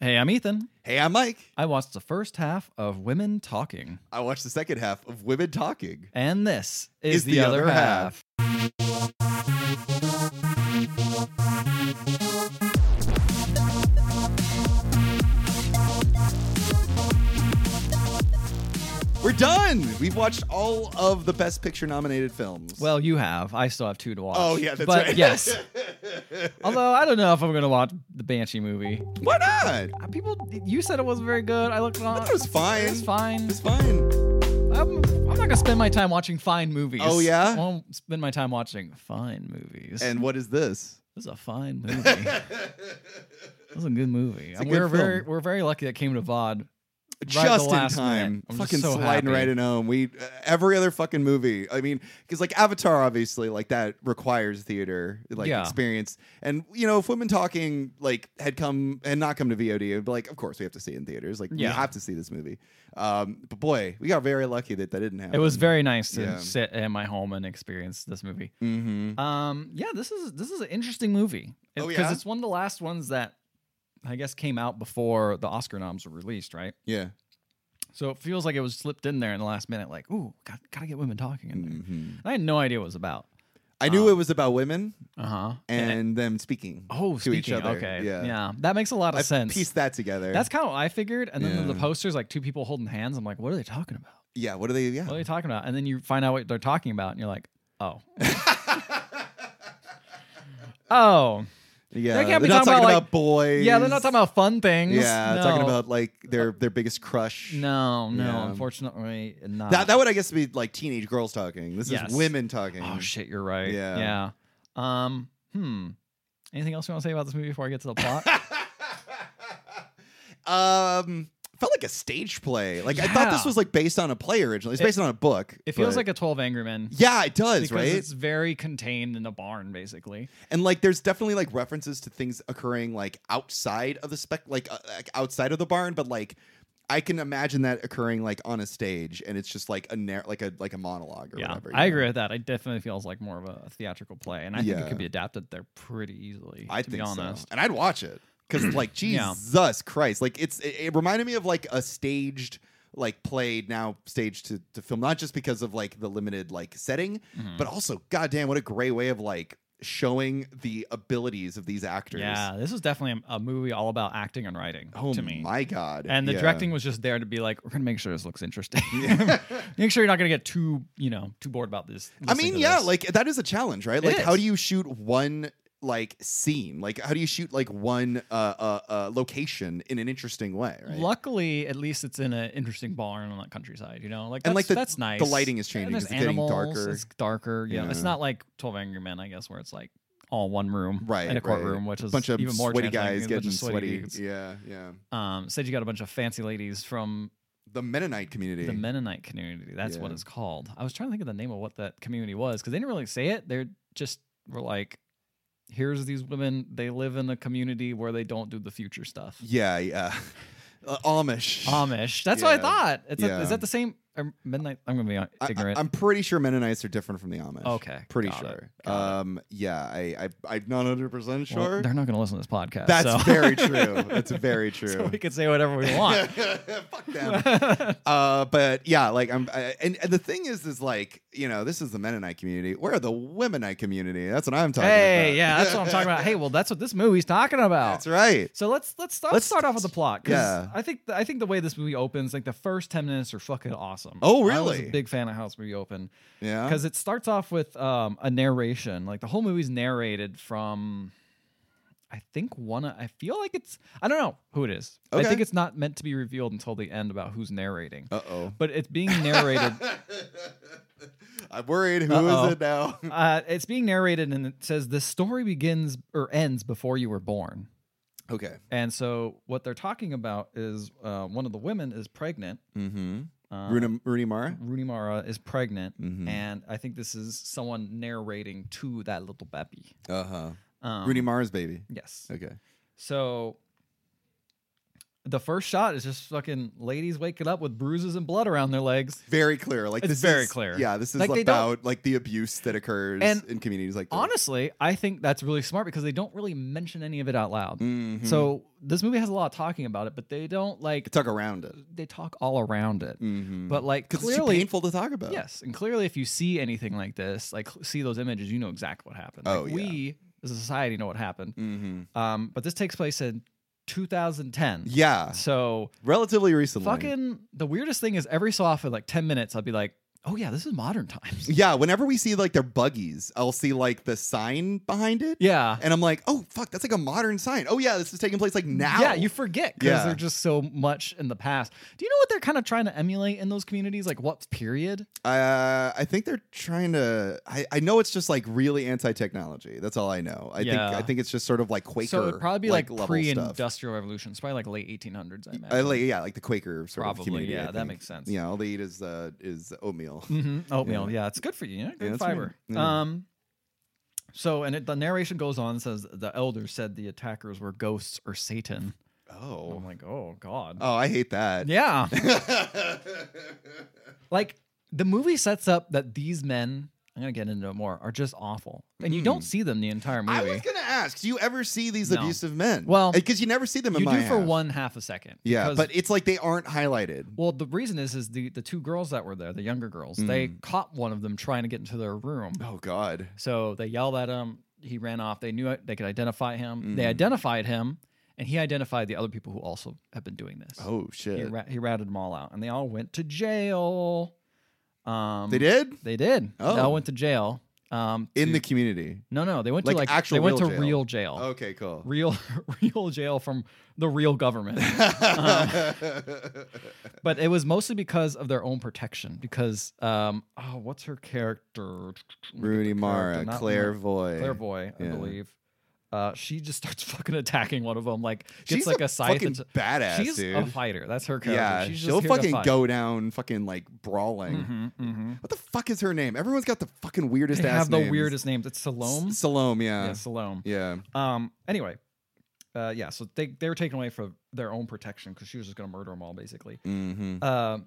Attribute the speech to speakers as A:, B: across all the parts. A: Hey, I'm Ethan.
B: Hey, I'm Mike.
A: I watched the first half of Women Talking,
B: I watched the second half of Women Talking.
A: and this is,
B: Is
A: the, other, half.
B: We're done. We've watched all of the Best Picture nominated films.
A: Well, you have. I still have two to watch.
B: oh yeah, that's
A: but
B: right.
A: yes. Although I don't know if I'm gonna watch the Banshee movie.
B: Why not?
A: Uh, People, you said it wasn't very good. I looked it on.
B: It was fine.
A: It's fine.
B: It's fine.
A: I'm, I'm not gonna spend my time watching fine movies.
B: Oh, yeah?
A: I won't spend my time watching fine movies.
B: And what is this?
A: this is a fine movie. this is a good movie.
B: a
A: And
B: good
A: we're very
B: film.
A: we're very lucky that came to VOD. at the
B: just in
A: last
B: time.
A: minute. I'm just
B: fucking
A: so
B: sliding
A: happy.
B: right in home. We uh, every other fucking movie. I mean, because like Avatar, obviously, like that requires theater like
A: Yeah.
B: experience. And you know, if women talking like had come and not come to VOD, it'd be like, of course we have to see it in theaters. Like
A: Yeah.
B: we have to see this movie. Um, but boy, we got very lucky that that didn't happen.
A: It was very nice to
B: Yeah.
A: sit in my home and experience this movie.
B: Mm-hmm.
A: Um, yeah, this is this is an interesting movie
B: Oh,
A: because
B: yeah?
A: it's one of the last ones that I guess came out before the Oscar noms were released, right?
B: Yeah.
A: So it feels like it was slipped in there in the last minute, like, ooh, got, gotta get women talking in there.
B: hmm
A: And I had no idea what it was about.
B: I
A: Um,
B: knew it was about women
A: Uh huh.
B: and them speaking.
A: oh,
B: to
A: speaking,
B: each other.
A: Okay,
B: Yeah.
A: yeah. that makes a lot of
B: I
A: sense.
B: pieced that together.
A: That's kind of what I figured. And then the- the
B: Yeah.
A: posters, like two people holding hands. I'm like, what are they talking about?
B: yeah. What are they?
A: What are
B: Yeah.
A: they talking about? And then you find out what they're talking about, and you're like, oh, oh.
B: yeah.
A: They can't
B: are
A: be
B: not
A: talking about, like-
B: boys.
A: Yeah, they're not talking about fun things.
B: Yeah, talking
A: No. Uh,
B: about like their their biggest crush.
A: No, no,
B: Yeah.
A: unfortunately not.
B: That that would I guess be like teenage girls talking. This
A: Yes.
B: is women talking.
A: oh shit, you're right.
B: Yeah.
A: Yeah. Um. Hmm. Anything else you want to say about this movie before I get to the plot?
B: um felt like a stage play. Like I thought
A: Yeah.
B: this was like based on a play originally. It's
A: It-
B: based on a book.
A: it feels
B: but-
A: like a Twelve Angry Men.
B: Yeah, it does,
A: Because
B: right?
A: it's very contained in a barn, basically.
B: and like there's definitely like references to things occurring like outside of the spec like, uh, like outside of the barn but like i can imagine that occurring like on a stage and it's just like a nar- like a like a monologue or
A: Yeah,
B: whatever you
A: I
B: know?
A: agree with that. It definitely feels like more of a theatrical play, and I think
B: Yeah.
A: it could be adapted there pretty easily.
B: i
A: to
B: think
A: be
B: so.
A: honest.
B: and i'd watch it because like
A: Yeah.
B: jesus christ like it's it, it reminded me of like a staged like played now staged to, to film not just because of like the limited like setting
A: Mhm.
B: but also goddamn what a great way of like showing the abilities of these actors
A: yeah, this is definitely a, a movie all about acting and writing
B: oh
A: to me.
B: my god
A: and the
B: Yeah.
A: directing was just there to be like, we're gonna make sure this looks interesting.
B: Yeah.
A: make sure you're not gonna get too, you know, too bored about this.
B: I
A: listening
B: mean,
A: to
B: yeah,
A: this.
B: like that is a challenge, right?
A: It
B: Like, how
A: is.
B: do you shoot one like scene? Like, how do you shoot like one uh, uh, uh location in an interesting way? Right?
A: Luckily, at least it's in an interesting barn on that countryside, you know? Like, that's,
B: And, like, the-
A: that's nice.
B: the lighting is
A: And
B: changing.
A: there's
B: It's getting
A: animals,
B: darker.
A: It's darker. Yeah. It's
B: Yeah.
A: not like 12 Angry Men, I guess, where it's like all one room
B: Right,
A: in a
B: right.
A: courtroom, which is
B: a bunch of
A: even more
B: sweaty
A: terrifying.
B: guys
A: A bunch
B: getting
A: of
B: sweaty.
A: dudes.
B: Yeah, yeah.
A: Um, said you got a bunch of fancy ladies from
B: The Mennonite community.
A: the Mennonite community. That's what
B: Yeah.
A: it's called. I was trying to think of the name of what that community was because they didn't really say it. They're just were like, here's these women. They live in a community where they don't do the future stuff.
B: yeah, yeah. Uh, Amish.
A: Amish. That's what I
B: Yeah.
A: thought. It's a-
B: Yeah.
A: is that the same? Or midnight. I'm gonna be uh,
B: I,
A: ignorant.
B: am pretty sure Mennonites are different from the Amish.
A: okay,
B: Pretty
A: got it,
B: sure.
A: got it.
B: Um, yeah, I, I, I'm not 100 percent
A: Well,
B: sure.
A: they're not gonna listen to this podcast.
B: That's
A: so.
B: very true. That's very true.
A: so we could say whatever we want.
B: Fuck them. Uh, but yeah, like I'm, I, and, and the thing is, is like you know, this is the Mennonite community. We're the Womenite community. That's what I'm talking about.
A: hey, yeah, that's what I'm talking about. Hey, well, that's what this movie's talking about.
B: that's right.
A: So let's let's start,
B: Let's-
A: let's start off with the plot. 'cause
B: Yeah.
A: I think the, I think the way this movie opens, like the first ten minutes are fucking awesome.
B: Oh,
A: I was
B: really? Uh-huh.
A: a big fan of how this movie opened
B: Yeah,
A: because it starts off with um, a narration. Like the whole movie's narrated from, I think one. of- I feel like it's I don't know who it is.
B: Okay.
A: I think it's not meant to be revealed until the end about who's narrating.
B: Uh oh.
A: But it's being narrated.
B: I'm worried. Who is
A: Uh-oh.
B: it now?
A: uh, it's being narrated, and it says the story begins or ends before you were born.
B: okay.
A: And so what they're talking about is uh, one of the women is pregnant.
B: Mm-hmm.
A: Uh,
B: Rooney, Rooney Mara.
A: Rooney Mara is pregnant,
B: Mm-hmm.
A: and I think this is someone narrating to that little baby.
B: Uh huh.
A: Um,
B: Rooney Mara's baby.
A: Yes.
B: Okay.
A: So the first shot is just fucking ladies waking up with bruises and blood around their legs.
B: Very clear. Like
A: It's
B: this
A: very
B: is-
A: clear.
B: Yeah, this is
A: Like, they don't-
B: about like the abuse that occurs
A: And
B: in communities like this.
A: Honestly, I think that's really smart because they don't really mention any of it out loud.
B: Mhm.
A: So this movie has a lot of talking about it, but they don't like
B: talk around it.
A: they talk all around it.
B: Mm-hmm.
A: But like
B: because it's too
A: clearly,
B: painful to talk about.
A: yes, and clearly, if you see anything like this, like see those images, you know exactly what happened. Like,
B: Oh, yeah.
A: we as a society know what happened.
B: Mm-hmm.
A: Um, but this takes place in 2010.
B: Yeah.
A: So
B: Relatively recently.
A: fucking the weirdest thing is every so often, like 10 minutes, I'll be like, oh yeah, this is modern times.
B: Yeah. Whenever we see like their buggies, I'll see like the sign behind it,
A: yeah.
B: and I'm like, oh fuck, that's like a modern sign. Oh yeah, this is taking place like now.
A: Yeah, you forget because
B: Yeah.
A: they're just so much in the past. Do you know what they're kind of trying to emulate in those communities? Like what period?
B: Uh, I think they're trying to. I, I know it's just like really anti-technology. That's all I know. I
A: Yeah.
B: think I think it's just sort of like Quaker.
A: so it'd probably be like,
B: level stuff.
A: pre-industrial revolution. It's probably like late 1800s. I imagine.
B: Uh, like, yeah, like the Quaker sort
A: Probably,
B: of community.
A: yeah,
B: I
A: that
B: think.
A: makes sense.
B: Yeah, all they eat is uh, is oatmeal.
A: hmm Oatmeal. Yeah. it's good for you. you know, good
B: that's
A: fiber.
B: good. Yeah.
A: Um, so and it, the narration goes on and says the elders said the attackers were ghosts or Satan. And
B: Oh,
A: I'm like, oh god.
B: oh, I hate that.
A: yeah, like the movie sets up that these men. I'm gonna get into it more. Are just awful, and you don't see them the entire
B: Hmm. I
A: movie.
B: was gonna ask, do you ever see these
A: No.
B: abusive men?
A: Well,
B: because you never see them in
A: you do
B: my
A: for
B: half.
A: one half a second.
B: Yeah,
A: because-
B: but it's like they aren't highlighted.
A: well, the reason is is the the two girls that were there, the younger girls, they
B: Hmm.
A: caught one of them trying to get into their room.
B: Oh God.
A: So they yelled at him. He ran off. They knew it. They could identify him. They
B: Mm.
A: identified him, and he identified the other people who also have been doing this.
B: Oh
A: he,
B: shit.
A: ra- he ratted them all out, and they all went to jail. Um,
B: They did
A: They did. They all
B: Oh.
A: went to jail. Um,
B: in
A: to-
B: the community.
A: no, no, they went
B: Like
A: to like
B: actual
A: They went
B: real
A: to
B: jail. Oh.
A: real jail.
B: Okay, cool.
A: Real, real jail from the real government. Um, Uh-huh. but it was mostly because of their own protection. Because, um, oh, what's her character?
B: Rooney Mara,
A: not Mar-
B: Clairvoy.
A: Clairvoy, I
B: Yeah.
A: believe. Uh, she just starts fucking attacking one of them. Like gets
B: She's
A: like
B: a
A: a scythe.
B: fucking
A: into-
B: badass,
A: she's
B: dude.
A: a fighter. That's her character.
B: yeah,
A: she's just
B: she'll
A: here to
B: fucking
A: fight.
B: go down, fucking like brawling.
A: Mhm, mhm.
B: What the fuck is her name? Everyone's got the fucking weirdest.
A: They
B: ass
A: have the
B: names.
A: weirdest names. It's Salome.
B: S- Salome, yeah,
A: yeah, Salome.
B: yeah.
A: Um. Anyway, uh, yeah. So they they were taken away for their own protection because she was just gonna murder them all basically.
B: Mm-hmm.
A: Um.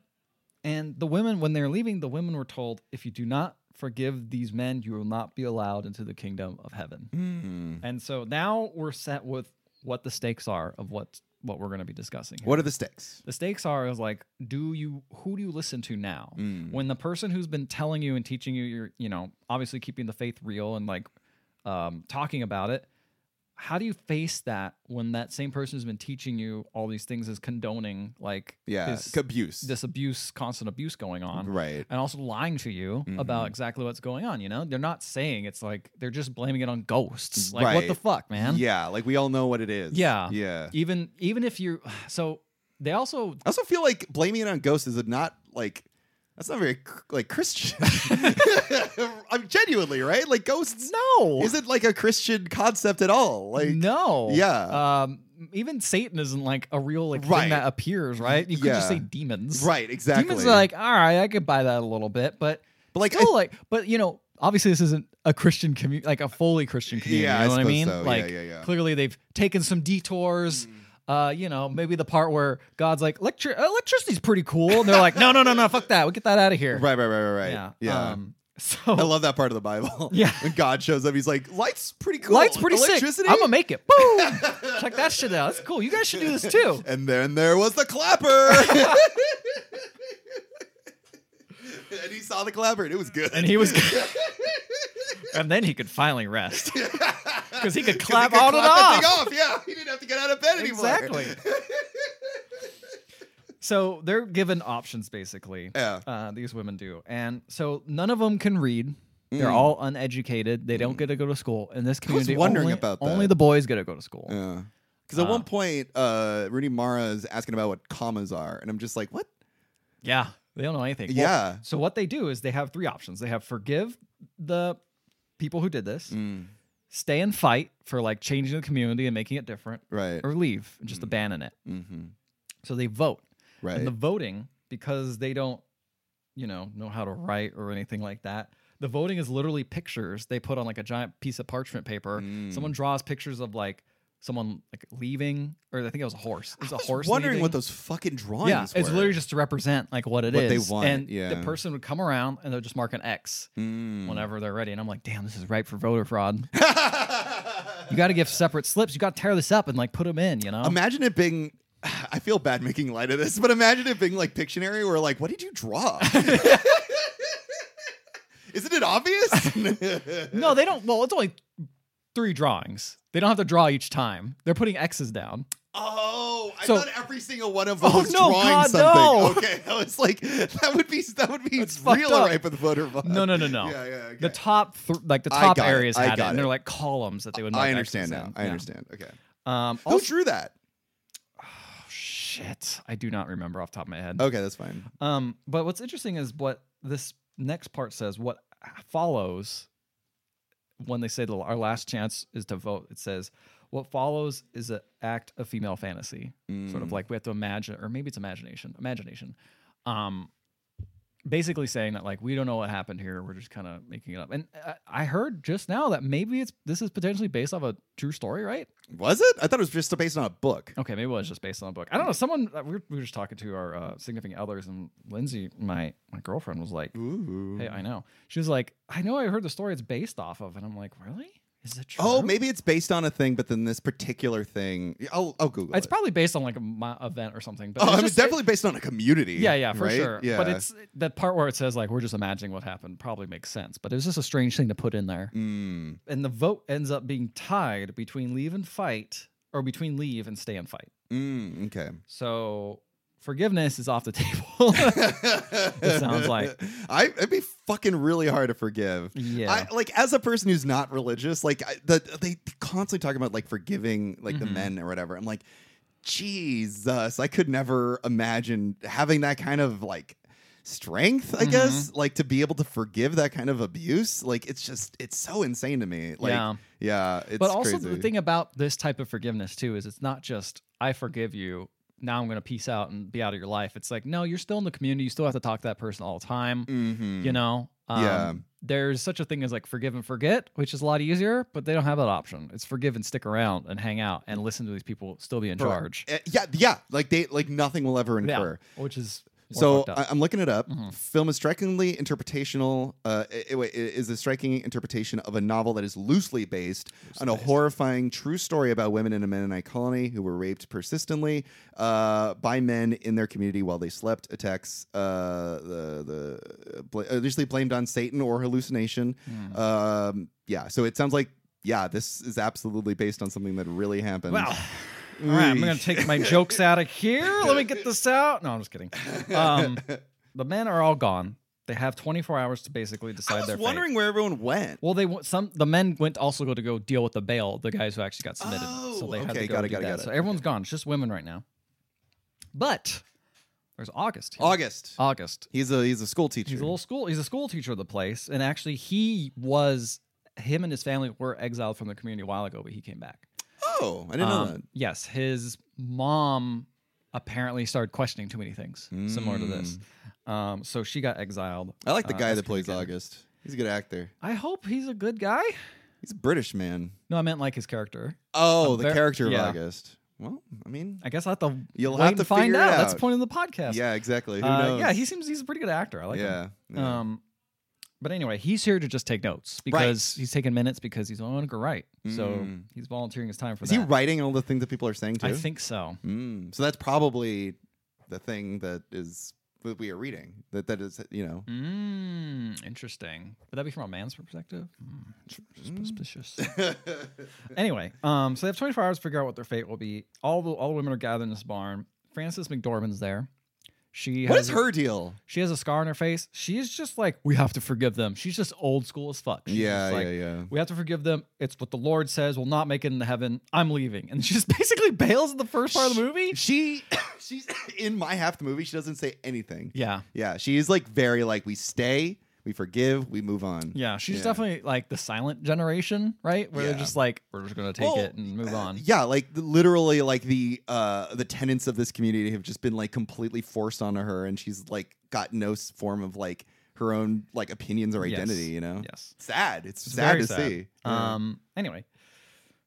A: and the women, when they're leaving, the women were told, if you do not forgive these men, you will not be allowed into the kingdom of heaven.
B: Mm-hmm.
A: And so now we're set with what the stakes are of what what we're going to be discussing. here.
B: What are the stakes?
A: the stakes are is like, do you who do you listen to now?
B: Mm.
A: When the person who's been telling you and teaching you, you're you know obviously keeping the faith real and like um, talking about it. How do you face that when that same person who's been teaching you all these things is condoning like
B: Yeah,
A: this,
B: abuse.
A: this abuse, constant abuse going on?
B: right.
A: and also lying to you
B: Mm-hmm.
A: about exactly what's going on. You know, they're not saying it's like they're just blaming it on ghosts. Like what the
B: Right.
A: fuck, man?
B: Yeah, like we all know what it is.
A: Yeah.
B: yeah.
A: Even even if you, so they also
B: I also feel like blaming it on ghosts is not like that's not very cr- like Christian. I'm genuinely right. Like ghosts
A: no
B: isn't like a Christian concept at all. Like
A: no
B: Yeah.
A: Um, even Satan isn't like a real like
B: Right.
A: thing that appears, right? You could just
B: Yeah.
A: say demons,
B: right, exactly.
A: Demons are like, all right, I could buy that a little bit, but
B: but like
A: still like, but you know, obviously this isn't a Christian community, like a fully Christian community.
B: Yeah,
A: you
B: I
A: know what I
B: suppose
A: mean?
B: so. Yeah,
A: Like,
B: yeah, yeah. Mm.
A: clearly they've taken some detours. Uh, you know, maybe the part where God's like, Electri- electricity's pretty cool. And they're like, no, no, no, no, fuck that. We get that out of here.
B: I, right, right, right, right, right.
A: Yeah.
B: Yeah,
A: Um, so
B: I love that part of the Bible.
A: Yeah.
B: when God shows up, he's like, "Light's pretty cool.
A: light's pretty sick.
B: Electricity?
A: I'm gonna make it. Boom. Check that shit out. That's cool. You guys should do this too.
B: And then there was the clapper. and he saw the clapper, and it was good.
A: And he was, and then he could finally rest because he could clap
B: He could
A: on
B: clap that
A: and off.
B: thing off. Yeah, he didn't have to get out of bed anymore.
A: Exactly. so they're given options basically.
B: Yeah.
A: uh, these women do. And so none of them can read. They're
B: Mm.
A: all uneducated. They don't get to go to school. In this community,
B: wondering
A: only,
B: about that. Mm.
A: only the boys get to go to school.
B: Yeah. Because at one point, uh, Rooney Mara is asking about what commas are, and I'm just like, what?
A: Yeah. They don't know anything. Well,
B: Yeah.
A: so what they do is they have three options. They have forgive the people who did this,
B: Mm.
A: stay and fight for like changing the community and making it different,
B: Right.
A: or leave and just
B: Mm.
A: abandon it.
B: Mm-hmm.
A: So they vote.
B: Right.
A: And the voting, because they don't, you know, know how to write or anything like that. The
B: Mm.
A: voting is literally pictures they put on like a giant piece of parchment paper. Someone draws pictures of like someone like leaving, or I think it was a horse. It was,
B: I was
A: a horse.
B: wondering
A: leaving.
B: what those fucking drawings
A: Yeah,
B: were.
A: it's literally just to represent like what it
B: What
A: is.
B: they want,
A: And
B: yeah.
A: the person would come around and they'll just mark an X
B: Mm.
A: whenever they're ready. And I'm like, damn, this is ripe for voter fraud. You got to give separate slips. You got to tear this up and like put them in. You know.
B: imagine it being. I feel bad making light of this, but imagine it being like Pictionary, where like, what did you draw? Isn't it obvious?
A: no, they don't. Well, it's only three drawings. They don't have to draw each time. They're putting X's down.
B: Oh, I
A: So-
B: thought every single one of them
A: Oh,
B: was
A: no,
B: drawing
A: God,
B: something.
A: no.
B: Okay, I was like, that would be that would be
A: That's fucked
B: real
A: up.
B: right with voter vote.
A: No, no, no, no.
B: Yeah, yeah. Okay.
A: The top, th- like the
B: I
A: top
B: got it.
A: areas
B: I
A: had it,
B: got
A: and
B: it.
A: they're like columns that they would. Mark
B: I
A: X's
B: understand now.
A: in.
B: I
A: Yeah.
B: understand. Okay.
A: Um,
B: Who
A: also, oh,
B: drew that?
A: shit, I do not remember off the top of my head.
B: Okay, that's fine.
A: Um, but what's interesting is what this next part says. What follows when they say the, our last chance is to vote? It says what follows is an act of female fantasy, sort
B: Mm,
A: of like we have to imagine, or maybe it's imagination, imagination. Um, basically saying that like we don't know what happened here. We're just kind of making it up. And uh, I, I heard just now that maybe it's this is potentially based off a true story, right?
B: Was it? I thought it was just based on a book.
A: Okay, maybe it was just based on a book. I don't know. Someone uh, we were, we were just talking to our uh, significant others, and Lindsay, my my girlfriend, was like,
B: Ooh.
A: "Hey, I know." She was like, "I know. I heard the story it's based off of," and I'm like, "Really? Is it true?"
B: oh, maybe it's based on a thing, but then this particular thing. I'll, I'll Google
A: it's
B: it.
A: probably based on like a mo- event or something. But
B: oh,
A: it's
B: I mean,
A: just- it-
B: definitely based on a community.
A: yeah, yeah, for
B: right?
A: sure.
B: Yeah.
A: But it's the part where it says like we're just imagining what happened probably makes sense. But it was just a strange thing to put in there.
B: Mm.
A: And the vote ends up being tied between leave and fight, or between leave and stay and fight.
B: Mm, okay.
A: So forgiveness is off the table.
B: it
A: sounds like-
B: I it'd be fucking really hard to forgive.
A: yeah.
B: I, like as a person who's not religious, like I, the, they constantly talk about like forgiving like the
A: Mhm.
B: men or whatever. I'm like, Jesus, I could never imagine having that kind of like strength. I
A: Mm-hmm.
B: guess like to be able to forgive that kind of abuse. Like it's just it's so insane to me. Like yeah,
A: Yeah.
B: it's
A: but also
B: crazy.
A: the thing about this type of forgiveness too is it's not just I forgive you. Now I'm going to peace out and be out of your life. It's like no, you're still in the community. You still have to talk to that person all the time.
B: Mhm.
A: You know. Um,
B: Yeah.
A: There's such a thing as like forgive and forget, which is a lot easier, but they don't have that option. It's forgive and stick around and hang out and listen to these people still be in charge.
B: Correct. Uh, yeah, yeah, like they like nothing will ever incur.
A: Yeah, which is more
B: So uh,
A: fucked up.
B: I, I'm looking it up.
A: Mhm.
B: Film is strikingly interpretational. Uh, i- i- wait, i- is a striking interpretation of a novel that is loosely based on a
A: based.
B: horrifying true story about women in a Mennonite colony who were raped persistently uh, by men in their community while they slept. Attacks uh, the the bl- uh, usually blamed on Satan or hallucination.
A: Mm.
B: Um, yeah, so it sounds like yeah, this is absolutely based on something that really happened.
A: Well, all right, I'm going to take my jokes out of here. Let me get this out. No, I'm just kidding. Um, the men are all gone. They have 24 hours to basically decide
B: I was
A: their fate.
B: wondering where everyone went.
A: Well, they wa- some the men went also go to go deal with the bail, the guys who actually got submitted. so
B: Oh,
A: they had
B: okay,
A: to go
B: got it,
A: do
B: got it,
A: that.
B: got it.
A: So everyone's gone. It's just women right now. But there's August. here.
B: August.
A: August.
B: He's a he's a school teacher.
A: He's a little school. He's a school teacher of the place, and actually, he was him and his family were exiled from the community a while ago, but he came back.
B: Oh, I didn't know
A: Um, Yes, his mom apparently started questioning too many things, similar to this.
B: Mm.
A: Um, so she got exiled.
B: that. I like the
A: uh,
B: guy
A: as
B: that plays
A: communicator.
B: August. He's a good actor.
A: I hope he's a good guy.
B: He's a British man.
A: No, I meant like his character.
B: Oh,
A: I'm
B: the
A: ver-
B: character of
A: yeah.
B: August. Well, I mean,
A: I guess I have to
B: You'll
A: wait
B: have
A: and
B: to
A: find
B: figure it
A: out. That's the
B: out.
A: point of the podcast.
B: yeah, exactly. Who
A: Uh,
B: knows?
A: yeah, he seems he's a pretty good actor. I like him.
B: yeah. yeah.
A: Um, but anyway, he's here to just take notes because he's taking minutes because he's only going to write. So
B: Mm.
A: he's volunteering his time for
B: Is
A: that.
B: he writing all the things that people are saying too?
A: I think so.
B: Mm. So that's probably the thing that is that we are reading. That that is you know.
A: Mm, interesting. Would that be from a man's perspective? Mm,
B: Mm.
A: suspicious. anyway, um, so they have 24 hours to figure out what their fate will be. All the all the women are gathered in this barn. Frances McDormand's there. She
B: what
A: has
B: is her deal?
A: She has a scar on her face. She is just like, we have to forgive them. She's just old school as fuck. She's
B: Yeah,
A: just like,
B: yeah, yeah.
A: We have to forgive them. It's what the Lord says. We'll not make it into heaven. I'm leaving. And she just basically bails in the first part of the movie.
B: She she's in my half the movie. She doesn't say anything.
A: Yeah.
B: Yeah, she is like very like we stay, we forgive, we move on.
A: Yeah. She's
B: Yeah.
A: definitely like the silent generation, right? Where
B: Yeah.
A: they're just like, we're just going to take
B: Well, uh,
A: it and move on.
B: Yeah, like the- literally, like the uh the tenants of this community have just been like completely forced onto her, and she's like got no s- form of like her own like opinions or
A: Yes.
B: identity. You know,
A: Yes.
B: sad. It's,
A: It's Um,
B: sad
A: very
B: to
A: sad.
B: see.
A: Um. Anyway,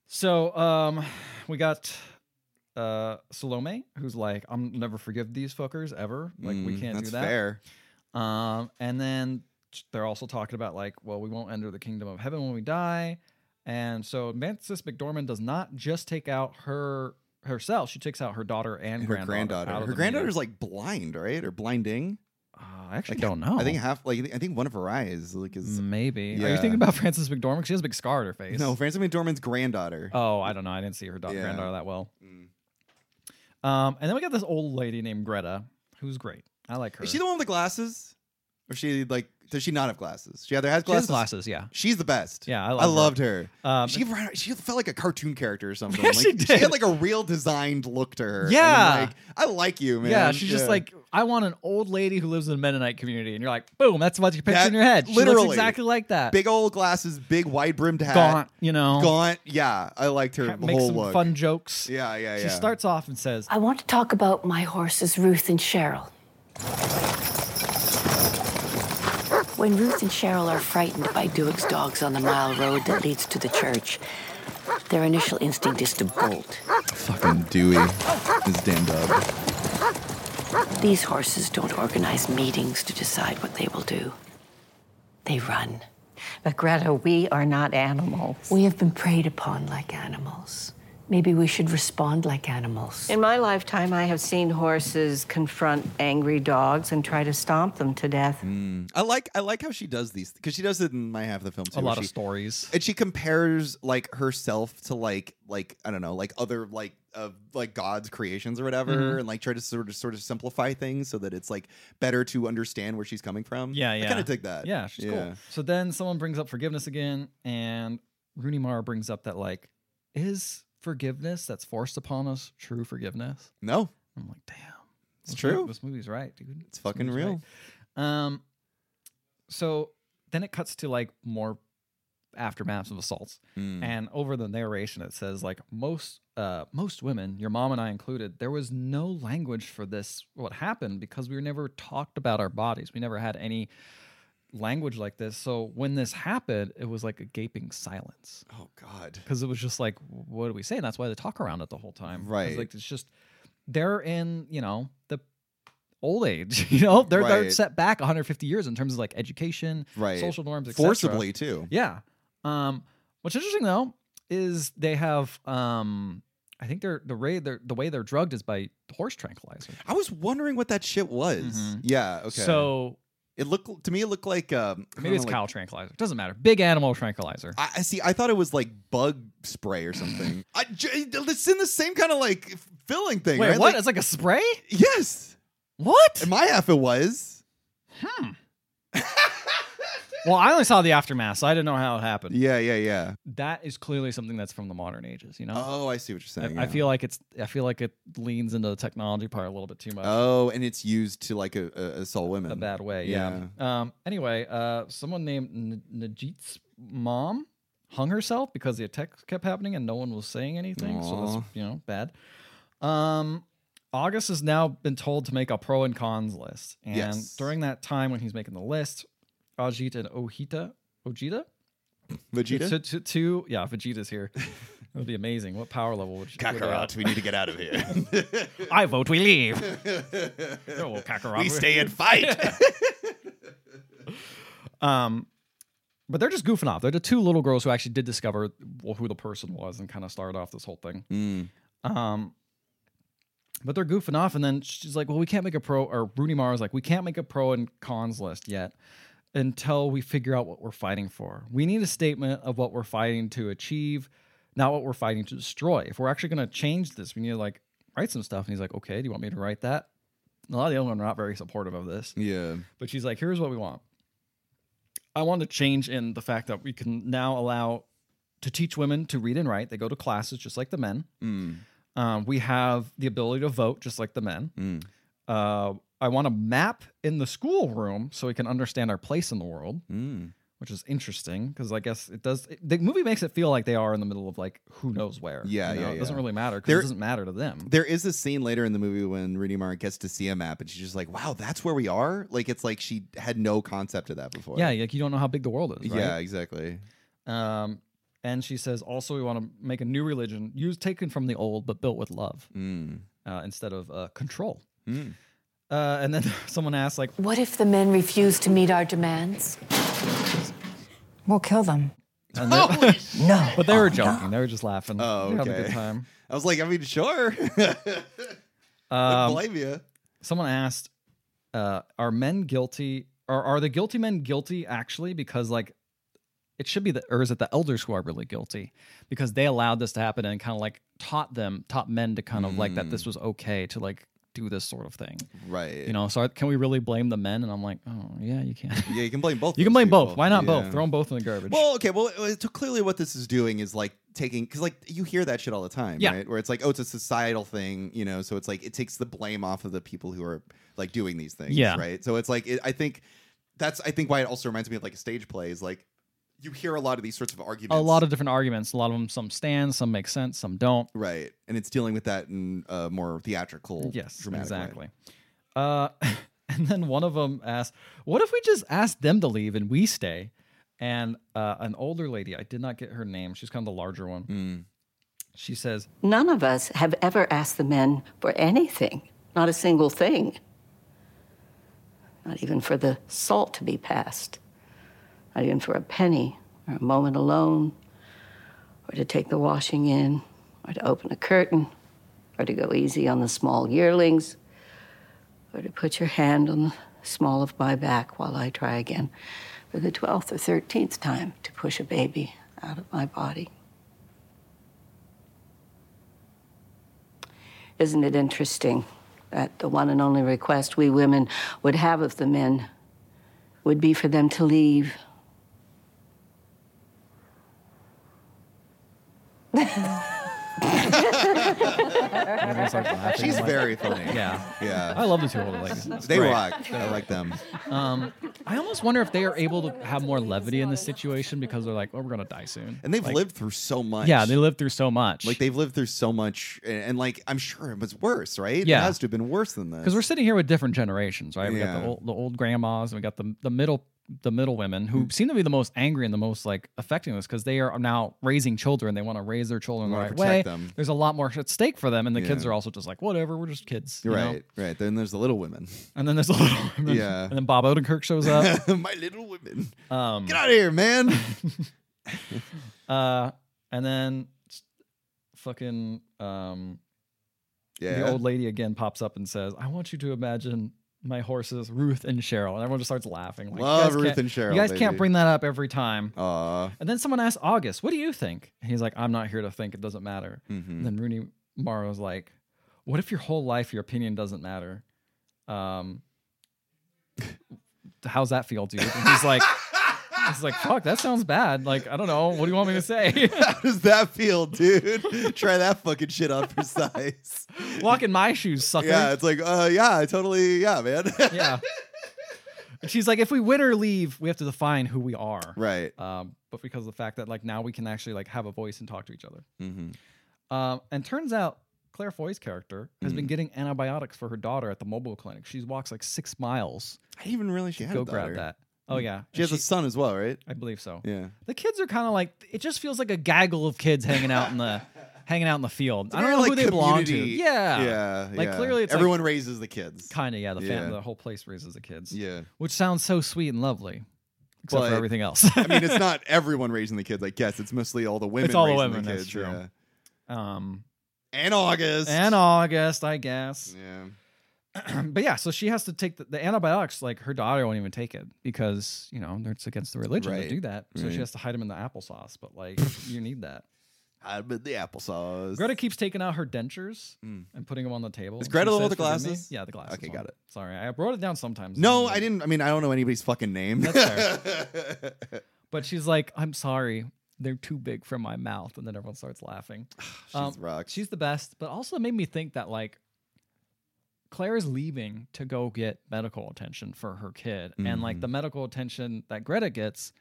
A: So um, we got uh, Salome, who's like, "I'm never forgive these fuckers ever. Like, we
B: Mm,
A: can't
B: that's
A: do that."
B: Fair.
A: Um, and then they're also talking about like, well, we won't enter the kingdom of heaven when we die, and so Mantis McDormand does not just take out her herself; she takes out her daughter and,
B: And her
A: granddaughter.
B: granddaughter.
A: out of
B: Her
A: the meeting.
B: granddaughter's like blind, right? Or blinding.
A: Uh, I actually
B: like,
A: don't know.
B: I think half. Like I think one of her eyes. Like is
A: Mm. maybe. Are you
B: Yeah.
A: thinking about Frances McDormand? She has a big scar on her face.
B: no. Frances McDormand's granddaughter.
A: Oh, I don't know. I didn't see her da-
B: Yeah.
A: granddaughter that well.
B: Mm.
A: Um, and then we got this old lady named Greta, who's great. I like her.
B: Is she the one with the glasses? Or she like does she not have glasses? She either has
A: She has
B: glasses.
A: glasses, yeah.
B: She's the best.
A: Yeah, I love
B: I
A: her.
B: loved her.
A: Um,
B: she ran- she felt like a cartoon character or something.
A: Yeah,
B: like,
A: she did.
B: had like a real designed look to her. And I'm
A: Yeah.
B: like I like you, man.
A: yeah, she's just like, I want an old lady who lives in a Mennonite community. And you're like, boom, that's what you picture
B: That-
A: in your head. She looks
B: literally.
A: exactly like that.
B: big old glasses, big wide brimmed hat,
A: gaunt, you know.
B: gaunt. Yeah, I liked her
A: Makes
B: whole
A: some
B: look.
A: fun jokes.
B: Yeah, yeah, yeah.
A: She starts off and says,
C: I want to talk about my horses, Ruth and Cheryl. When Ruth and Cheryl are frightened by Duig's dogs on the mile road that leads to the church, their initial instinct is to bolt.
B: fucking Dewey. Is damn dog.
C: These horses don't organize meetings to decide what they will do. They run.
D: But Greta, we are not animals.
C: We have been preyed upon like animals. Maybe we should respond like animals.
D: In my lifetime, I have seen horses confront angry dogs and try to stomp them to death.
B: Mm. I like I like how she does these because she does it in my half of the film too.
A: a
B: where
A: lot
B: she-
A: of stories.
B: and she compares like herself to like like I don't know like other like uh, like God's creations or whatever,
A: Mm-hmm.
B: and like try to sort of sort of simplify things so that it's like better to understand where she's coming from.
A: Yeah,
B: I
A: yeah.
B: kind of dig that.
A: Yeah, she's cool. So then someone brings up forgiveness again, and Rooney Mara brings up that, like, is forgiveness that's forced upon us true forgiveness?
B: No,
A: I'm like, damn.
B: it's
A: This
B: true.
A: mo- This movie's right, dude.
B: It's fucking
A: movie's
B: real.
A: right. Um, so then it cuts to like more aftermaths of assaults,
B: Mm.
A: and over the narration it says like most uh most women, your mom and I included, there was no language for this what happened because we were never talked about our bodies. We never had any language like this. So when this happened, it was like a gaping silence
B: Oh God.
A: because it was just like, what do we say? And that's why they talk around it the whole time. 'Cause,
B: Right.
A: Like it's just they're in, you know, the old age. You know, they're they're
B: Right.
A: set back 150 years in terms of like education,
B: Right.
A: social norms, etc.
B: Forcibly too.
A: Yeah. Um, what's interesting though is they have um I think they're the way they're the way they're drugged is by horse tranquilizer.
B: I was wondering what that shit was.
A: Mhm.
B: Yeah. Okay.
A: So
B: it looked to me. It looked like um, I
A: maybe
B: don't
A: it's
B: know, like-
A: cow tranquilizer. doesn't matter. Big animal tranquilizer.
B: I, I see. I thought it was like bug spray or something. I, j- it's in the same kind of like filling thing,
A: Wait,
B: right?
A: what?
B: Like-
A: it's like a spray?
B: yes.
A: What?
B: In my half, it was.
A: Well, I only saw the aftermath, so I didn't know how it happened.
B: Yeah, yeah, yeah.
A: that is clearly something that's from the modern ages you know
B: Oh, I see what you're
A: I,
B: saying.
A: I
B: yeah.
A: feel like it's i feel like it leans into the technology part a little bit too much
B: Oh, and it's used to like a, a assault women.
A: a bad way yeah, um anyway uh someone named N- najit's mom hung herself because the attack kept happening and no one was saying anything so
B: Aw.
A: that's you know bad um august has now been told to make a pro and cons list and
B: Yes.
A: during that time when he's making the list ajit and ohita ojita
B: Vegeta.
A: To, to, to- yeah, Vegeta's here. That would be amazing. What power level would you? would they have?
B: we need to get out of here.
A: I vote we leave. oh, Kakarot.
B: and fight.
A: Um, but they're just goofing off. They're the two little girls who actually did discover wh- who the person was and kind of started off this whole thing.
B: Mm,
A: Um, but they're goofing off, and then she's like, "Well, we can't make a pro." Or Rooney Mara's like, "We can't make a pro and cons list yet until we figure out what we're fighting for. We need a statement of what we're fighting to achieve, not what we're fighting to destroy. If we're actually going to change this, we need to like write some stuff." And he's like, "Okay, do you want me to write that?" A lot of the other ones are not very supportive of this.
B: yeah.
A: But she's like, here's what we want. I want to change in the fact that we can now allow to teach women to read and write. They go to classes just like the men.
B: Mm.
A: Um, we have the ability to vote just like the men.
B: Mm.
A: Uh, I want a map in the schoolroom so we can understand our place in the world,
B: Mm.
A: which is interesting because I guess it does. it- the movie makes it feel like they are in the middle of like who knows where.
B: Yeah, yeah,
A: It doesn't
B: yeah.
A: really matter because
B: There-
A: it doesn't matter to them.
B: There is a scene later in the movie when Rooney Mara gets to see a map, and she's just like, "Wow, that's where we are." Like it's like she had no concept of that before.
A: Yeah, like you don't know how big the world is. Right?
B: Yeah. Exactly.
A: Um, And she says, also, we want to make a new religion, used taken from the old, but built with love
B: Mm.
A: uh, instead of uh, control. Uh, and then someone asks, like,
C: What if the men refuse to meet our demands?
E: We'll kill them.
A: no, but they were joking. They were just laughing.
B: Oh,
A: They were having a good
B: okay.
A: time.
B: I was like, I mean, sure. I blame you.
A: Um, Someone asked, uh, "Are men guilty? Or are the guilty men guilty actually? Because like, it should be the or is it the elders who are really guilty because they allowed this to happen and kind of like taught them, taught men to kind of like that
B: Mm.
A: this was okay to like do this sort of thing.
B: Right.
A: You know, so I- can we really blame the men? And I'm like, oh yeah, you can.
B: Yeah, you can blame both.
A: you can
B: those
A: blame both.
B: people.
A: Why not
B: Yeah.
A: both? Throw them both in the garbage.
B: Well, okay. Well, it- so clearly, what this is doing is like taking because like you hear that shit all the time,
A: Yeah.
B: right? Where it's like, oh, it's a societal thing, you know. So it's like it takes the blame off of the people who are like doing these things,
A: Yeah.
B: Right. So it's like it, I think that's I think why it also reminds me of like a stage play is like you hear a lot of these sorts of arguments,
A: a lot of different arguments. A lot of them, some stand, some make sense, some don't.
B: right, and it's dealing with that in a more theatrical,
A: Yes,
B: dramatic way.
A: exactly. Uh, and then one of them asked, "What if we just ask them to leave and we stay?" And uh, an older lady, I did not get her name. She's kind of the larger one.
B: Hmm.
A: She says,
D: None of us have ever asked the men for anything, not a single thing. Not even for the salt to be passed, not even for a penny or a moment alone, or to take the washing in, or to open a curtain, or to go easy on the small yearlings, or to put your hand on the small of my back while I try again for the 12th or 13th time to push a baby out of my body. Isn't it interesting that the one and only request we women would have of the men would be for them to leave?
A: Everyone's, like, laughing.
B: She's very funny.
A: "Yeah, Uh,
B: Yeah.
A: I love the two older ladies. It's
B: They
A: great.
B: rock. I like them.
A: I almost wonder if they are able to have more levity in this situation because they're like, "Oh, we're gonna die soon."
B: And they've lived through so much.
A: yeah, they lived through so much.
B: Like they've lived through so much, and, and, like I'm sure it was worse, right?
A: Yeah.
B: it has to have been worse than this.
A: because we're sitting here with different generations, right? We got
B: Yeah.
A: the old, the old grandmas, and we got the the middle the middle women
B: Mm.
A: who seem to be the most angry and the most like affecting this because they are now raising children. They want to raise their children the
B: wanna
A: right
B: protect
A: way.
B: them.
A: There's a lot more at stake for them, and the kids
B: Yeah.
A: are also just like, whatever, we're just kids, you know?
B: right, right. Then there's the Little Women.
A: And then there's a little, women.
B: Yeah.
A: and then Bob Odenkirk shows up. Um,
B: My Little Women. Get out of here, man.
A: uh, and then s- fucking um, the
B: yeah.
A: old lady again pops up and says, "I want you to imagine." My horses, Ruth and Cheryl, and everyone just starts laughing. Like, you
B: Love
A: guys
B: Ruth
A: can't-
B: and Cheryl,
A: You guys can't
B: baby.
A: bring that up every time.
B: Aw.
A: And then someone asked August, "What do you think?" And he's like, "I'm not here to think. It doesn't matter."
B: Mm-hmm.
A: And then Rooney Mara's like, "What if your whole life your opinion doesn't matter? Um, how's that feel, dude?" And he's like, "He's like, fuck, that sounds bad. Like, I don't know. What do you want me to say?
B: How does that feel, dude? Try that fucking shit on for size.
A: Walk in my shoes, sucker."
B: Yeah, it's like, uh, yeah, I totally, yeah, man.
A: Yeah. And she's like, "If we win or leave, we have to define who we are."
B: right.
A: um, but because of the fact that like now we can actually like have a voice and talk to each other.
B: Mm-hmm.
A: Um, and turns out Claire Foy's character has
B: Mm.
A: been getting antibiotics for her daughter at the mobile clinic. She walks like six miles.
B: I didn't even realize she had
A: Go
B: a daughter. Mm.
A: grab that. Oh yeah,
B: She has a son as well, right?
A: I believe so.
B: Yeah.
A: The kids are kind of like it just feels like a gaggle of kids hanging out in the hanging out in the field. I don't
B: Very,
A: know who
B: like,
A: they belong to.
B: community-
A: Yeah,
B: Yeah.
A: Like
B: yeah.
A: clearly, it's
B: everyone raises the kids.
A: kind of yeah. The fam-
B: Yeah.
A: the whole place raises the kids.
B: Yeah.
A: which sounds so sweet and lovely, except
B: But-
A: for everything else.
B: I mean, it's not everyone raising the kids, I guess. It's mostly all the women
A: all the
B: raising
A: women, that's
B: kids.
A: true.
B: yeah.
A: um,
B: And August.
A: and August, I guess. Um,
B: Yeah.
A: but yeah, so she has to take the, the antibiotics. Like her daughter won't even take it because you know it's against the religion to
B: Right,
A: do that. So she
B: right.
A: has to hide them in the applesauce. But like you need that.
B: I'm in the applesauce.
A: Greta keeps taking out her dentures and putting them on the table.
B: Hmm. Is
A: and she
B: Greta the one
A: says,
B: with the
A: "Forgive me."
B: glasses?
A: Yeah, the glasses.
B: Okay,
A: one.
B: got it.
A: Sorry, I wrote it down sometimes.
B: No, I didn't. I mean, I don't know anybody's fucking name.
A: That's But she's like, I'm sorry. They're too big for my mouth, and then everyone starts laughing.
B: She's rock.
A: Um, She's the best, but also it made me think that like Claire is leaving to go get medical attention for her kid, and like
B: Mm.
A: the medical attention that Greta gets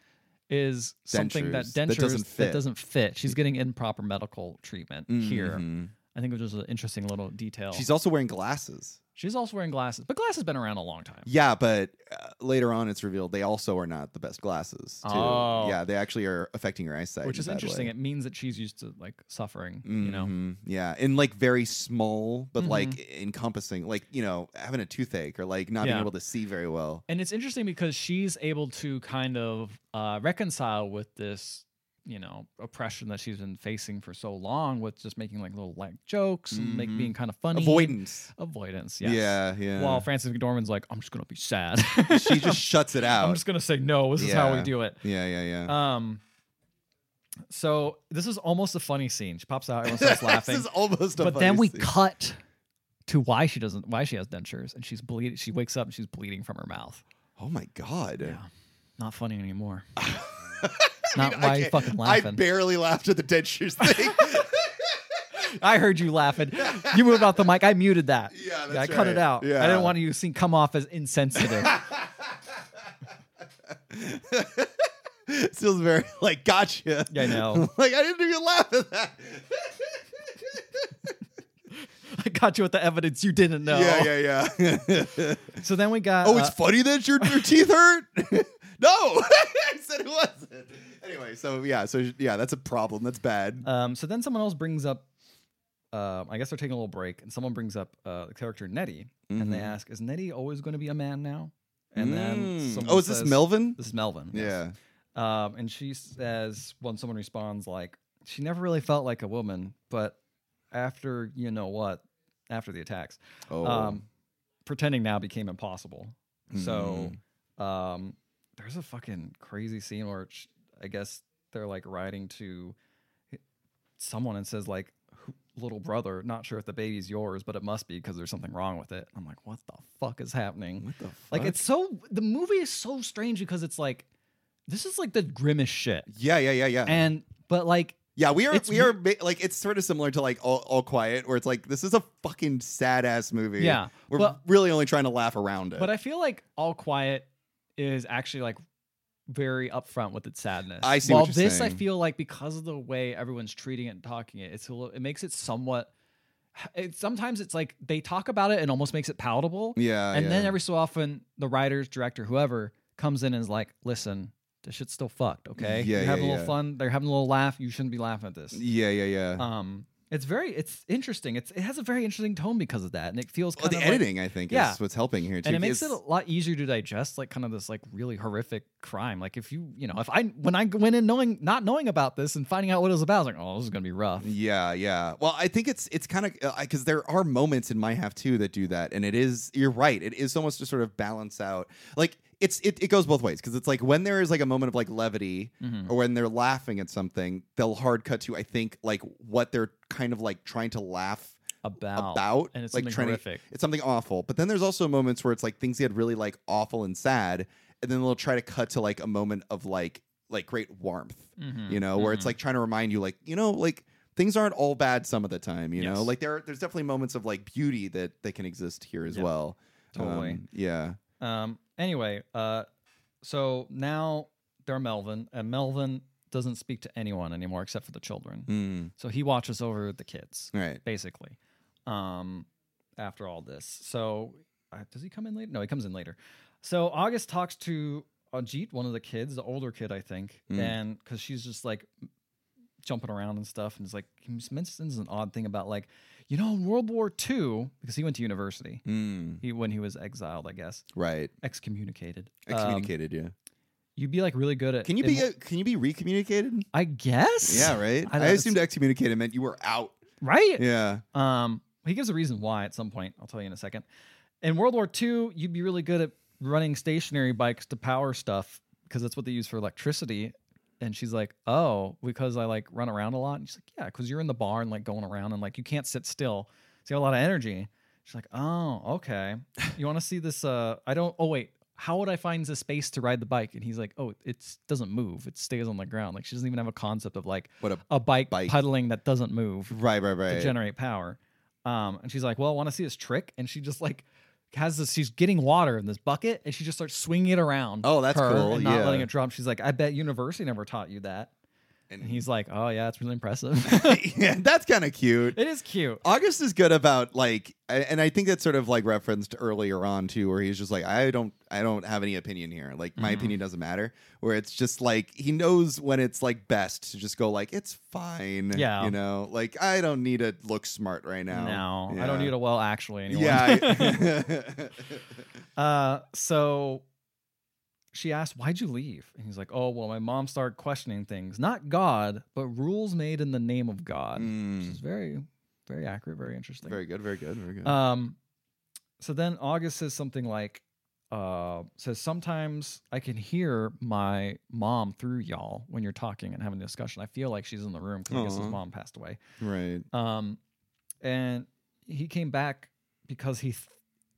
A: is something that dentures
B: Dentures. That doesn't fit.
A: doesn't fit. She's getting improper
B: Mm-hmm.
A: medical treatment here. I think it was just an interesting little detail.
B: She's also wearing glasses.
A: She's also wearing glasses, but glasses been around a long time.
B: Yeah, but uh, later on it's revealed they also are not the best glasses. Too.
A: Oh.
B: Yeah, they actually are affecting her eyesight.
A: which
B: in
A: is
B: a bad
A: interesting.
B: way.
A: It means that she's used to like suffering, you know. Mm-hmm.
B: Mhm. Yeah, in like very small, but like encompassing, like, you know, having a toothache or like not being
A: Yeah.
B: able to see very well.
A: And it's interesting because she's able to kind of uh, reconcile with this, you know, oppression that she's been facing for so long with just making like little like jokes and like being kind of funny.
B: Mm-hmm. Avoidance.
A: Avoidance, yes.
B: Yeah, yeah.
A: While Francis McDormand's like, I'm just gonna be sad.
B: She just shuts it out.
A: I'm just gonna say no. This is how we
B: Yeah.
A: do it.
B: yeah, yeah, yeah.
A: Um. So this is almost a funny scene. She pops out, everyone starts laughing.
B: this is almost a
A: but then
B: funny
A: we
B: scene.
A: cut to why she doesn't why she has dentures and she's bleeding she wakes up and she's bleeding from her mouth
B: Oh my god.
A: not funny anymore not why you
B: Okay,
A: fucking
B: I
A: laughing
B: barely laughed at the dentures thing.
A: I, heard you laughing you moved off the mic i muted that
B: Yeah,
A: i
B: that's
A: cut it
B: right.
A: out i
B: Yeah.
A: didn't want you to seem come off as insensitive
B: it feels very like gotcha.
A: Yeah, I know.
B: like I didn't even laugh at that.
A: i got you with the evidence you didn't know
B: Yeah, yeah, yeah.
A: so then we got
B: Oh, it's
A: uh,
B: funny that your your teeth hurt. no, I said it wasn't. Anyway, so yeah, so yeah, that's a problem. That's bad.
A: Um, so then someone else brings up, um, I guess they're taking a little break, and someone brings up uh, the character Nettie, and
B: Mm-hmm.
A: they ask, "Is Nettie always going to be a man now?" And then,
B: Mm.
A: someone
B: oh, is this
A: says-
B: Melvin?
A: This is Melvin. yes.
B: Yeah.
A: Um, and she says, when someone responds, like, "She never really felt like a woman, but after you know what, after the attacks,
B: Oh.
A: um, pretending now became impossible. So um, there's a fucking crazy scene where sh- I guess they're like riding to someone and says like, "Who- "Little brother, not sure if the baby's yours, but it must be because there's something wrong with it." I'm like, "What the fuck is happening?" What the like? It's so the movie is so strange because it's like this is like the grimmest shit,
B: yeah, yeah, yeah, yeah.
A: and but like
B: Yeah, we are
A: It's
B: we are ma- like it's sort of similar to like all, all Quiet, where it's like this is a fucking sad ass movie.
A: Yeah,
B: we're
A: but-
B: really only trying to laugh around it.
A: But I feel like All Quiet is actually like very upfront with its sadness.
B: I see
A: While
B: what you're
A: this, I
B: saying.
A: feel like because of the way everyone's treating it and talking it, it's a little, it makes it somewhat. It, sometimes it's like they talk about it and almost makes it palatable.
B: Yeah,
A: and then
B: Oh, yeah.
A: every so often, the writers, director, whoever comes in and is like, "Listen, this shit's still fucked. Okay,
B: Yeah,
A: you're having
B: yeah,
A: a little
B: yeah.
A: fun. They're having a little laugh. You shouldn't be laughing at this."
B: yeah, yeah, yeah.
A: Um, it's very, it's interesting. It's it has a very interesting tone because of that, and it feels
B: well,
A: kind
B: the
A: of like-
B: editing, I think,
A: Yeah.
B: is what's helping here too.
A: and it makes it a
B: because-
A: lot easier to digest like kind of this like really horrific crime like if you you know if i when i went in knowing not knowing about this and finding out what it was about I was like oh this is gonna be rough
B: Yeah, yeah. Well, I think it's it's kind of because there are moments in my half too that do that, and it is you're right. It is almost to sort of balance out like. It's, it, it goes both ways because it's like when there is like a moment of like levity
A: Mm-hmm.
B: or when they're laughing at something they'll hard cut to i think like what they're kind of like trying to laugh
A: about
B: about
A: and it's
B: like
A: something
B: trying to-
A: horrific
B: it's something awful but then there's also moments where it's like things get really like awful and sad and then they'll try to cut to like a moment of like like great warmth
A: Mm-hmm.
B: you know where it's like trying to remind you like you know like things aren't all bad some of the time you
A: Yes.
B: know like there are, there's definitely moments of like beauty that that can exist here as well
A: totally.
B: Um, yeah
A: um anyway uh so now they're melvin and melvin doesn't speak to anyone anymore except for the children
B: mm.
A: so he watches over the kids
B: right
A: basically um after all this so uh, does he come in later no he comes in later so august talks to ajit one of the kids the older kid i think and because she's just like jumping around and stuff and it's like he just mentions an odd thing about like you know in world war ii because he went to university
B: mm.
A: he when he was exiled i guess
B: right
A: excommunicated um,
B: excommunicated yeah
A: you'd be like really good at
B: can you
A: in-
B: be uh can you be recommunicated
A: i guess
B: yeah right
A: I
B: i,
A: know, it's-
B: assumed excommunicated meant you were out
A: right
B: yeah
A: Um, he gives a reason why at some point. I'll tell you in a second. In World War II, you'd be really good at running stationary bikes to power stuff because that's what they use for electricity. And she's like, "Oh, because I like run around a lot." And she's like, "Yeah, because you're in the barn, like going around, and like you can't sit still. So you have a lot of energy." She's like, "Oh, okay. You want to see this? Uh, I don't. Oh, wait." How would I find the space to ride the bike? And he's like, "Oh, it doesn't move. It stays on the ground. Like she doesn't even have a concept of like
B: What a
A: bike,
B: bike.
A: pedaling that doesn't move
B: right right right
A: to generate power. Um, and she's like, "Well, I want to see this trick." And she just like has this. She's getting water in this bucket, and she just starts swinging it around.
B: Oh, that's
A: her
B: cool,
A: And not
B: yeah.
A: letting it drop. She's like, "I bet university never taught you that." And he's like, "Oh yeah, it's really impressive."
B: yeah, that's kind of cute.
A: it is cute.
B: August is good about like, a- and I think that's sort of like referenced earlier on too, where he's just like, I don't, I don't have any opinion here. Like
A: Mm-hmm.
B: my opinion doesn't matter. Where it's just like he knows when it's like best to just go like, it's fine.
A: Yeah.
B: you know, like I don't need to look smart right now.
A: No, I don't
B: Yeah.
A: need a well actually anymore.
B: Yeah.
A: Uh, so she asked, Why'd you leave? And he's like, Oh, well, my mom started questioning things. Not God, but rules made in the name of
B: I-
A: God. Which
B: Mm.
A: is very, very accurate, very interesting.
B: Very good. Very good. Very good.
A: Um, so then August says something like, uh, says sometimes I can hear my mom through y'all when you're talking and having a discussion. I feel like she's in the room because I guess his
B: Aw.
A: mom passed away.
B: right.
A: Um, and he came back because he th-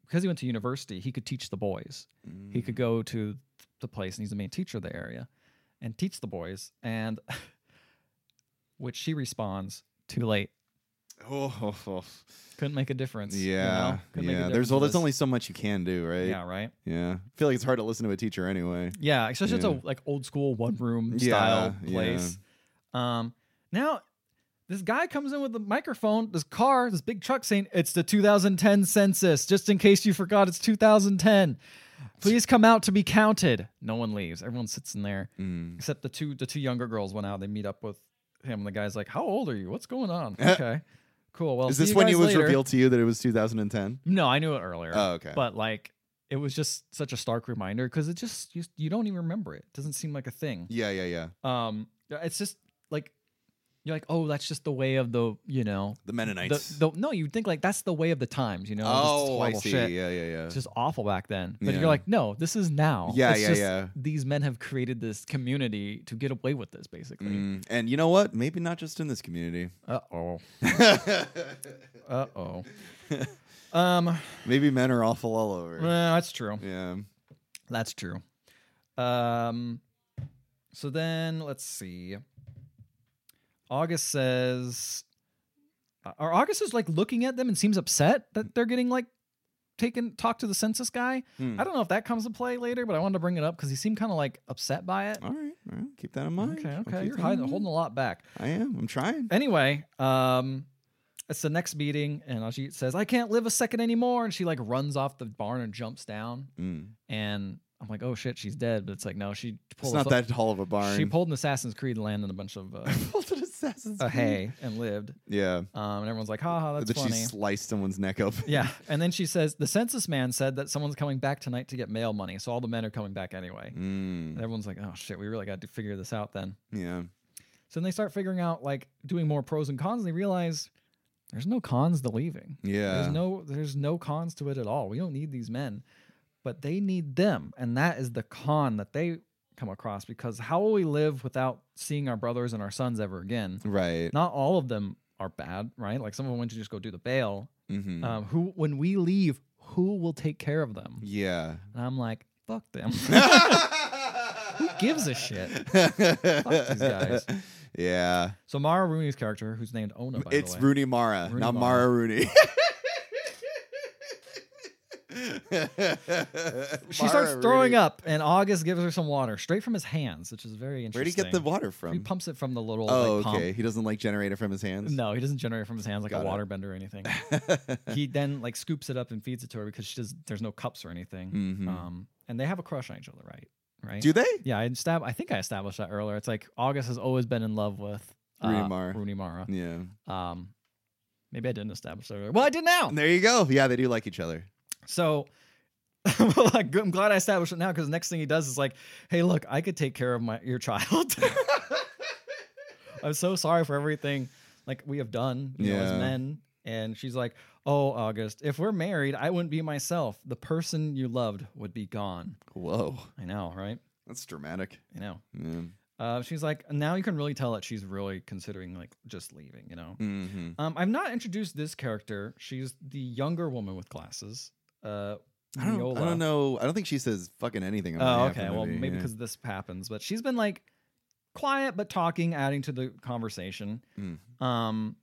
A: because he went to university. He could teach the boys. He
B: Mm.
A: could go to the place, and he's the main teacher of the area, and teach the boys. And which she responds, "Too late.
B: Oh.
A: Couldn't make a difference." you
B: Yeah.
A: know? Couldn't make a
B: Yeah. There's
A: difference
B: well,
A: with
B: there's
A: this."
B: only so much you can do, right?
A: yeah, right.
B: Yeah. I feel like it's hard to listen to a teacher anyway.
A: Yeah, especially
B: Yeah.
A: it's a like old school one room
B: Yeah,
A: style
B: yeah.
A: place. Um, now this guy comes in with a microphone, this car, this big truck saying it's the 2010 census. Just in case you forgot, it's 2010. Please come out to be counted. No one leaves. Everyone sits in there
B: Mm.
A: except the two the two younger girls went out. They meet up with him. And the guy's like, "How old are you? What's going on?" okay, cool. Well,
B: Is
A: see
B: this
A: you
B: when it
A: guys
B: was
A: later.
B: revealed to you that it was 2010?
A: No, I knew it earlier.
B: Oh, okay.
A: But like, it was just such a stark reminder because it just you, you don't even remember it. it. Doesn't seem like a thing.
B: Yeah, yeah, yeah.
A: Um, it's just like you're like, oh, that's just the way of the you know
B: The
A: the,
B: Mennonites.
A: the no. You think like that's the way of the times. You know, just this
B: oh, I
A: horrible
B: see.
A: shit.
B: Yeah, yeah, yeah.
A: It's just awful back then. But
B: Yeah.
A: you're like, no, this is now.
B: Yeah,
A: It's
B: yeah,
A: just
B: yeah.
A: These men have created this community to get away with this, basically.
B: Mm, And you know what? Maybe not just in this community.
A: Uh oh. uh oh. Um.
B: Maybe men are awful all over.
A: well, that's true.
B: Yeah.
A: That's true. Um, so then let's see. August says, or August is like looking at them and seems upset that they're getting like taken, talk to the census guy.
B: Hmm.
A: I don't know if that comes to play later, but I wanted to bring it up because he seemed kind of like upset by it.
B: All right. All right. Keep that in mind.
A: Okay,
B: I'll
A: okay,
B: keep
A: you're
B: that in
A: hiding,
B: mind.
A: holding a lot back.
B: I am. I'm trying.
A: Anyway, um, it's the next meeting, and Ajit says, "I can't live a second anymore," and she like runs off the barn and jumps down
B: Mm.
A: and I'm like, oh shit, she's dead. But it's like, no, she
B: It's
A: pulled.
B: not
A: a-
B: that tall of a barn.
A: She pulled an Assassin's Creed land and a bunch of uh,
B: pulled an assassin's
A: a
B: Creed.
A: hay and lived.
B: Yeah.
A: Um, and everyone's like, haha, that's
B: that she
A: funny.
B: sliced someone's neck open.
A: yeah, and then she says the census man said that someone's coming back tonight to get mail money, so all the men are coming back anyway.
B: Mm,
A: And everyone's like, oh shit, we really got to figure this out then.
B: yeah.
A: So then they start figuring out like doing more pros and cons. And they realize there's no cons to leaving.
B: Yeah.
A: There's no there's no cons to it at all. We don't need these men, but they need them, and that is the con that they come across because how will we live without seeing our brothers and our sons ever again?
B: Right.
A: Not all of them are bad, right? Like some of them went to just go do the bail.
B: hmm
A: Um, who when we leave, who will take care of them?
B: Mm. yeah.
A: And I'm like, fuck them. who gives a shit? Fuck these guys.
B: Yeah.
A: So Mara Rooney's character, who's named Ona, by
B: it's
A: the way.
B: Rooney Mara,
A: Rooney
B: not
A: Mara.
B: Mara Rooney.
A: She starts throwing up, and August gives her some water straight from his hands, which is very interesting.
B: Where'd he get the water
A: He
B: from?
A: pumps it from the little.
B: oh,
A: like, pump.
B: okay. He doesn't like generate it from his hands.
A: No, he doesn't generate it from his hands like
B: Got
A: a
B: it.
A: waterbender or anything. he then like scoops it up and feeds it to her because she does. There's no cups or anything.
B: Mhm.
A: Um, and they have a crush on each other, right? Right.
B: Do they?
A: yeah, I stab. I think I established that earlier. It's like August has always been in love with uh,
B: Rooney Mara.
A: Rooney Mara.
B: Yeah.
A: Um, maybe I didn't establish that. Earlier. Well, I did now.
B: There you go. Yeah, they do like each other.
A: So well, like, I'm glad I established it now because the next thing he does is like, hey, look, I could take care of my your child. I'm so sorry for everything like we have done you know, as
B: Yeah.
A: men. And she's like, Oh, August, if we're married, I wouldn't be myself. The person you loved would be gone.
B: Whoa.
A: I know, right?
B: That's dramatic.
A: I know.
B: Yeah.
A: Uh, she's like, now you can really tell that she's really considering like just leaving, you know?
B: hmm
A: Um, I've not introduced this character. She's the younger woman with glasses. Uh,
B: I don't, I
A: Miola.
B: don't know. I don't think she says fucking anything. about
A: Oh,
B: half the
A: okay. Well,
B: movie,
A: maybe
B: yeah.
A: because this happens, but she's been like quiet but talking, adding to the conversation.
B: Mm.
A: Um,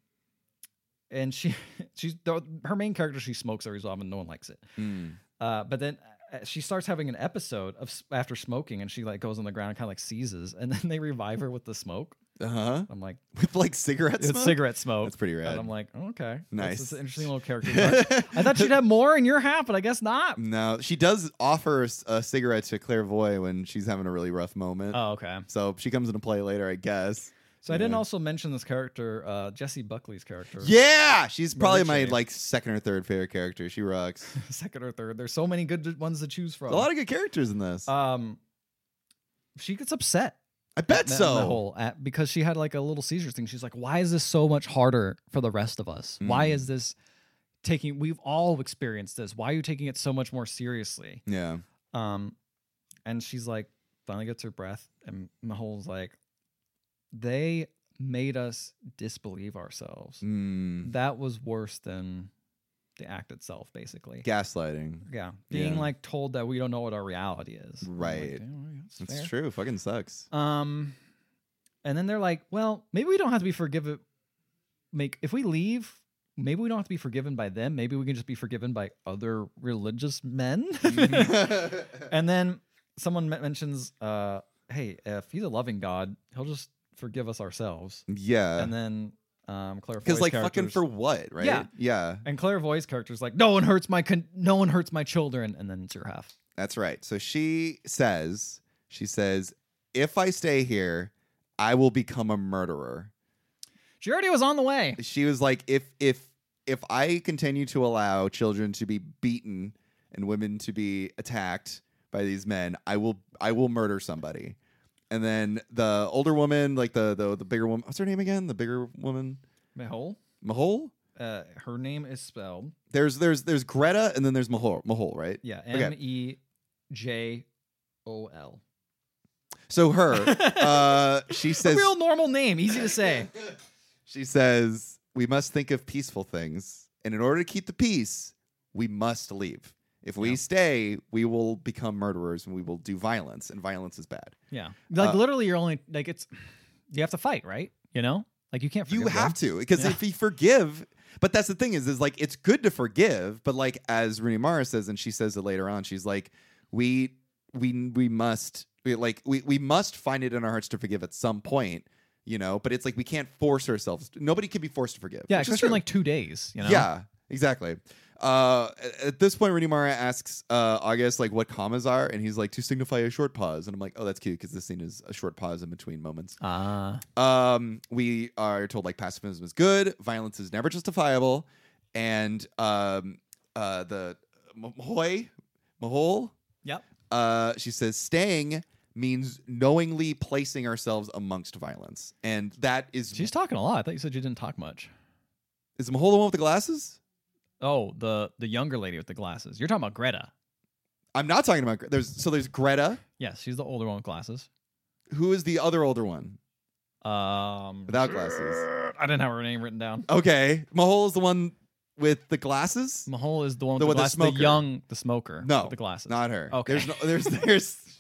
A: and she she's the- her main character. She smokes every so often. No one likes it.
B: Mm.
A: Uh, but then uh, she starts having an episode of s- after smoking, and she like goes on the ground, kind of like seizes, and then they revive her with the smoke.
B: Uh huh.
A: I'm like,
B: With like cigarette
A: it's
B: smoke.
A: cigarette smoke.
B: That's pretty rad.
A: And I'm like, oh, okay,
B: Nice.
A: This is an interesting little character. design. I thought she'd have more, and you're half, but I guess not.
B: No, she does offer s- a cigarette to Clairvoy when she's having a really rough moment.
A: Oh, okay.
B: So she comes into play later, I guess.
A: So I didn't also mention this character, uh, Jesse Buckley's character.
B: Yeah, she's probably my
A: Marucci.
B: like second or third favorite character. She rocks.
A: Second or third. There's so many good ones to choose from.
B: a lot of good characters in this.
A: um, she gets upset
B: I bet
A: that-
B: so.
A: that whole at, because she had like a little seizure thing. She's like, "Why is this so much harder for the rest of us? Why
B: Hmm.
A: is this taking? We've all experienced this. Why are you taking it so much more seriously?"
B: yeah.
A: Um, and she's like, finally gets her breath, and Mahol's like, "They made us disbelieve ourselves.
B: Mm.
A: That was worse than the act itself, basically."
B: Gaslighting.
A: Yeah, being
B: Yeah.
A: like told that we don't know what our reality is. I'm like,
B: Right.
A: "Damn, yeah, that's
B: That's
A: fair."
B: true. Fucking sucks.
A: Um, and then they're like, well, maybe we don't have to be forgiven. Make if we leave, maybe we don't have to be forgiven by them. Maybe we can just be forgiven by other religious men.
B: Mm-hmm.
A: and then someone men- mentions, uh, hey, if he's a loving God, he'll just forgive us ourselves.
B: yeah.
A: and then um, Claire
B: Because
A: Foy's
B: like fucking
A: character's-
B: for what, right?
A: Yeah. and Claire Voice character's like, no one hurts my con- no one hurts my children, and then it's your half.
B: That's right. So she says, she says, if I stay here, I will become a murderer.
A: She already was on the way.
B: she was like if if if i continue to allow children to be beaten and women to be attacked by these men i will i will murder somebody and then the older woman like the the, the bigger woman what's her name again the bigger woman
A: Mahol,
B: mahol
A: uh, her name is spelled
B: there's there's there's greta and then there's mahol mahol right
A: Yeah,
B: Okay.
A: M E J O L.
B: so her uh she
A: A
B: says
A: real normal name, easy to say.
B: She says, We must think of peaceful things. And in order to keep the peace, we must leave. If we stay, we will become murderers and we will do violence, and violence is bad.
A: Yeah, like
B: Uh,
A: literally, you're only like it's. You have to fight, right? You know, like you can't.
B: You
A: forgive them.
B: have to, because
A: Yeah.
B: if you forgive, but that's the thing is, is like it's good to forgive, but like as Rooney Mara says, and she says it later on, she's like, we we we must we, like we we must find it in our hearts to forgive at some point, you know. But it's like we can't force ourselves. Nobody can be forced to forgive.
A: Yeah,
B: which is
A: except in
B: true.
A: like two days. You know.
B: Yeah, exactly. Uh, at- at this point, Rooney Mara asks uh, August like what commas are, and he's like to signify a short pause, and I'm like, oh, that's cute because this scene is a short pause in between moments.
A: Ah,
B: Um, we are told like pacifism is good, violence is never justifiable, and um, uh, the Mahoy Mahol,
A: yep.
B: uh, she says staying means knowingly placing ourselves amongst violence, and that is
A: She's talking a lot. I thought you said you didn't talk much.
B: is Mahol the one with the glasses?
A: Oh, the the younger lady with the glasses. You're talking about Greta.
B: I'm not talking about Gre- there's so there's Greta.
A: Yes, she's the older one with glasses.
B: Who is the other older one
A: Um,
B: without glasses?
A: I didn't have her name written down.
B: Okay, Mahol is the one with the glasses.
A: Mahol is the one with
B: The
A: the,
B: one- the
A: glasses.
B: smoker.
A: the young, the smoker.
B: No,
A: with the glasses.
B: Not her.
A: Okay.
B: There's no, there's there's.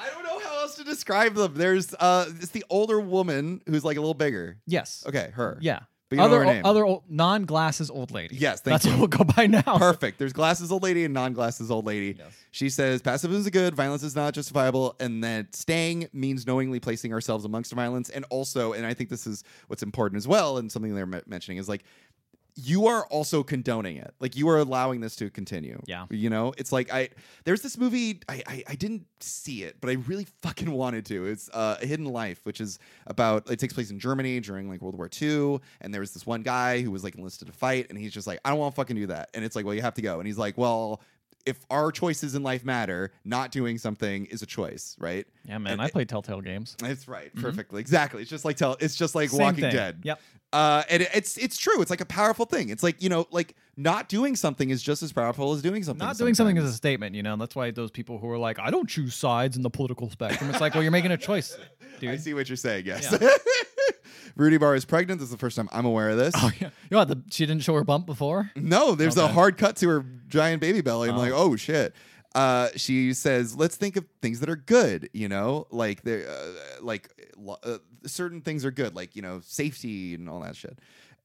B: I don't know how else to describe them. There's uh, it's the older woman who's like a little bigger.
A: yes.
B: Okay, her.
A: Yeah.
B: But you know
A: other
B: her
A: o-
B: name.
A: other old, non-glasses old lady.
B: Yes, thank
A: that's
B: you.
A: what we'll go by now.
B: Perfect. There's glasses old lady and non glasses old lady.
A: Yes.
B: She says pacifism is good, violence is not justifiable, and that staying means knowingly placing ourselves amongst violence. And also, and I think this is what's important as well, and something they're me- mentioning is like, you are also condoning it. Like you are allowing this to continue.
A: Yeah.
B: You know, it's like I there's this movie I I, I didn't see it, but I really fucking wanted to. It's uh, A Hidden Life, which is about it takes place in Germany during like World War II, and there was this one guy who was like enlisted to fight, and he's just like, I don't want to fucking do that. And it's like, well, you have to go. And he's like, well. If our choices in life matter, not doing something is a choice, right?
A: Yeah, man, I play Telltale games.
B: That's right, perfectly, exactly. It's just like tell, it's just like
A: Mm-hmm. Same
B: Walking
A: thing.
B: Dead.
A: Yep.
B: Uh, and it- it's it's true. It's like a powerful thing. It's like you know, like not doing something is just as powerful as doing something.
A: Not doing something as
B: sometimes.
A: a statement, you know. That's why those people who are like, "I don't choose sides in the political spectrum." It's like, well, you're making a choice,
B: I
A: dude.
B: see what you're saying. Yes. Rudy Barr is pregnant. This is the first time I'm aware of this.
A: Oh yeah. You know what? The, she didn't show her bump before.
B: No, there's a hard cut to her giant baby belly. I'm like, oh shit. Uh, she says, "Let's think of things that are good. You know, like there, uh, like lo- uh, certain things are good, like you know, safety and all that shit."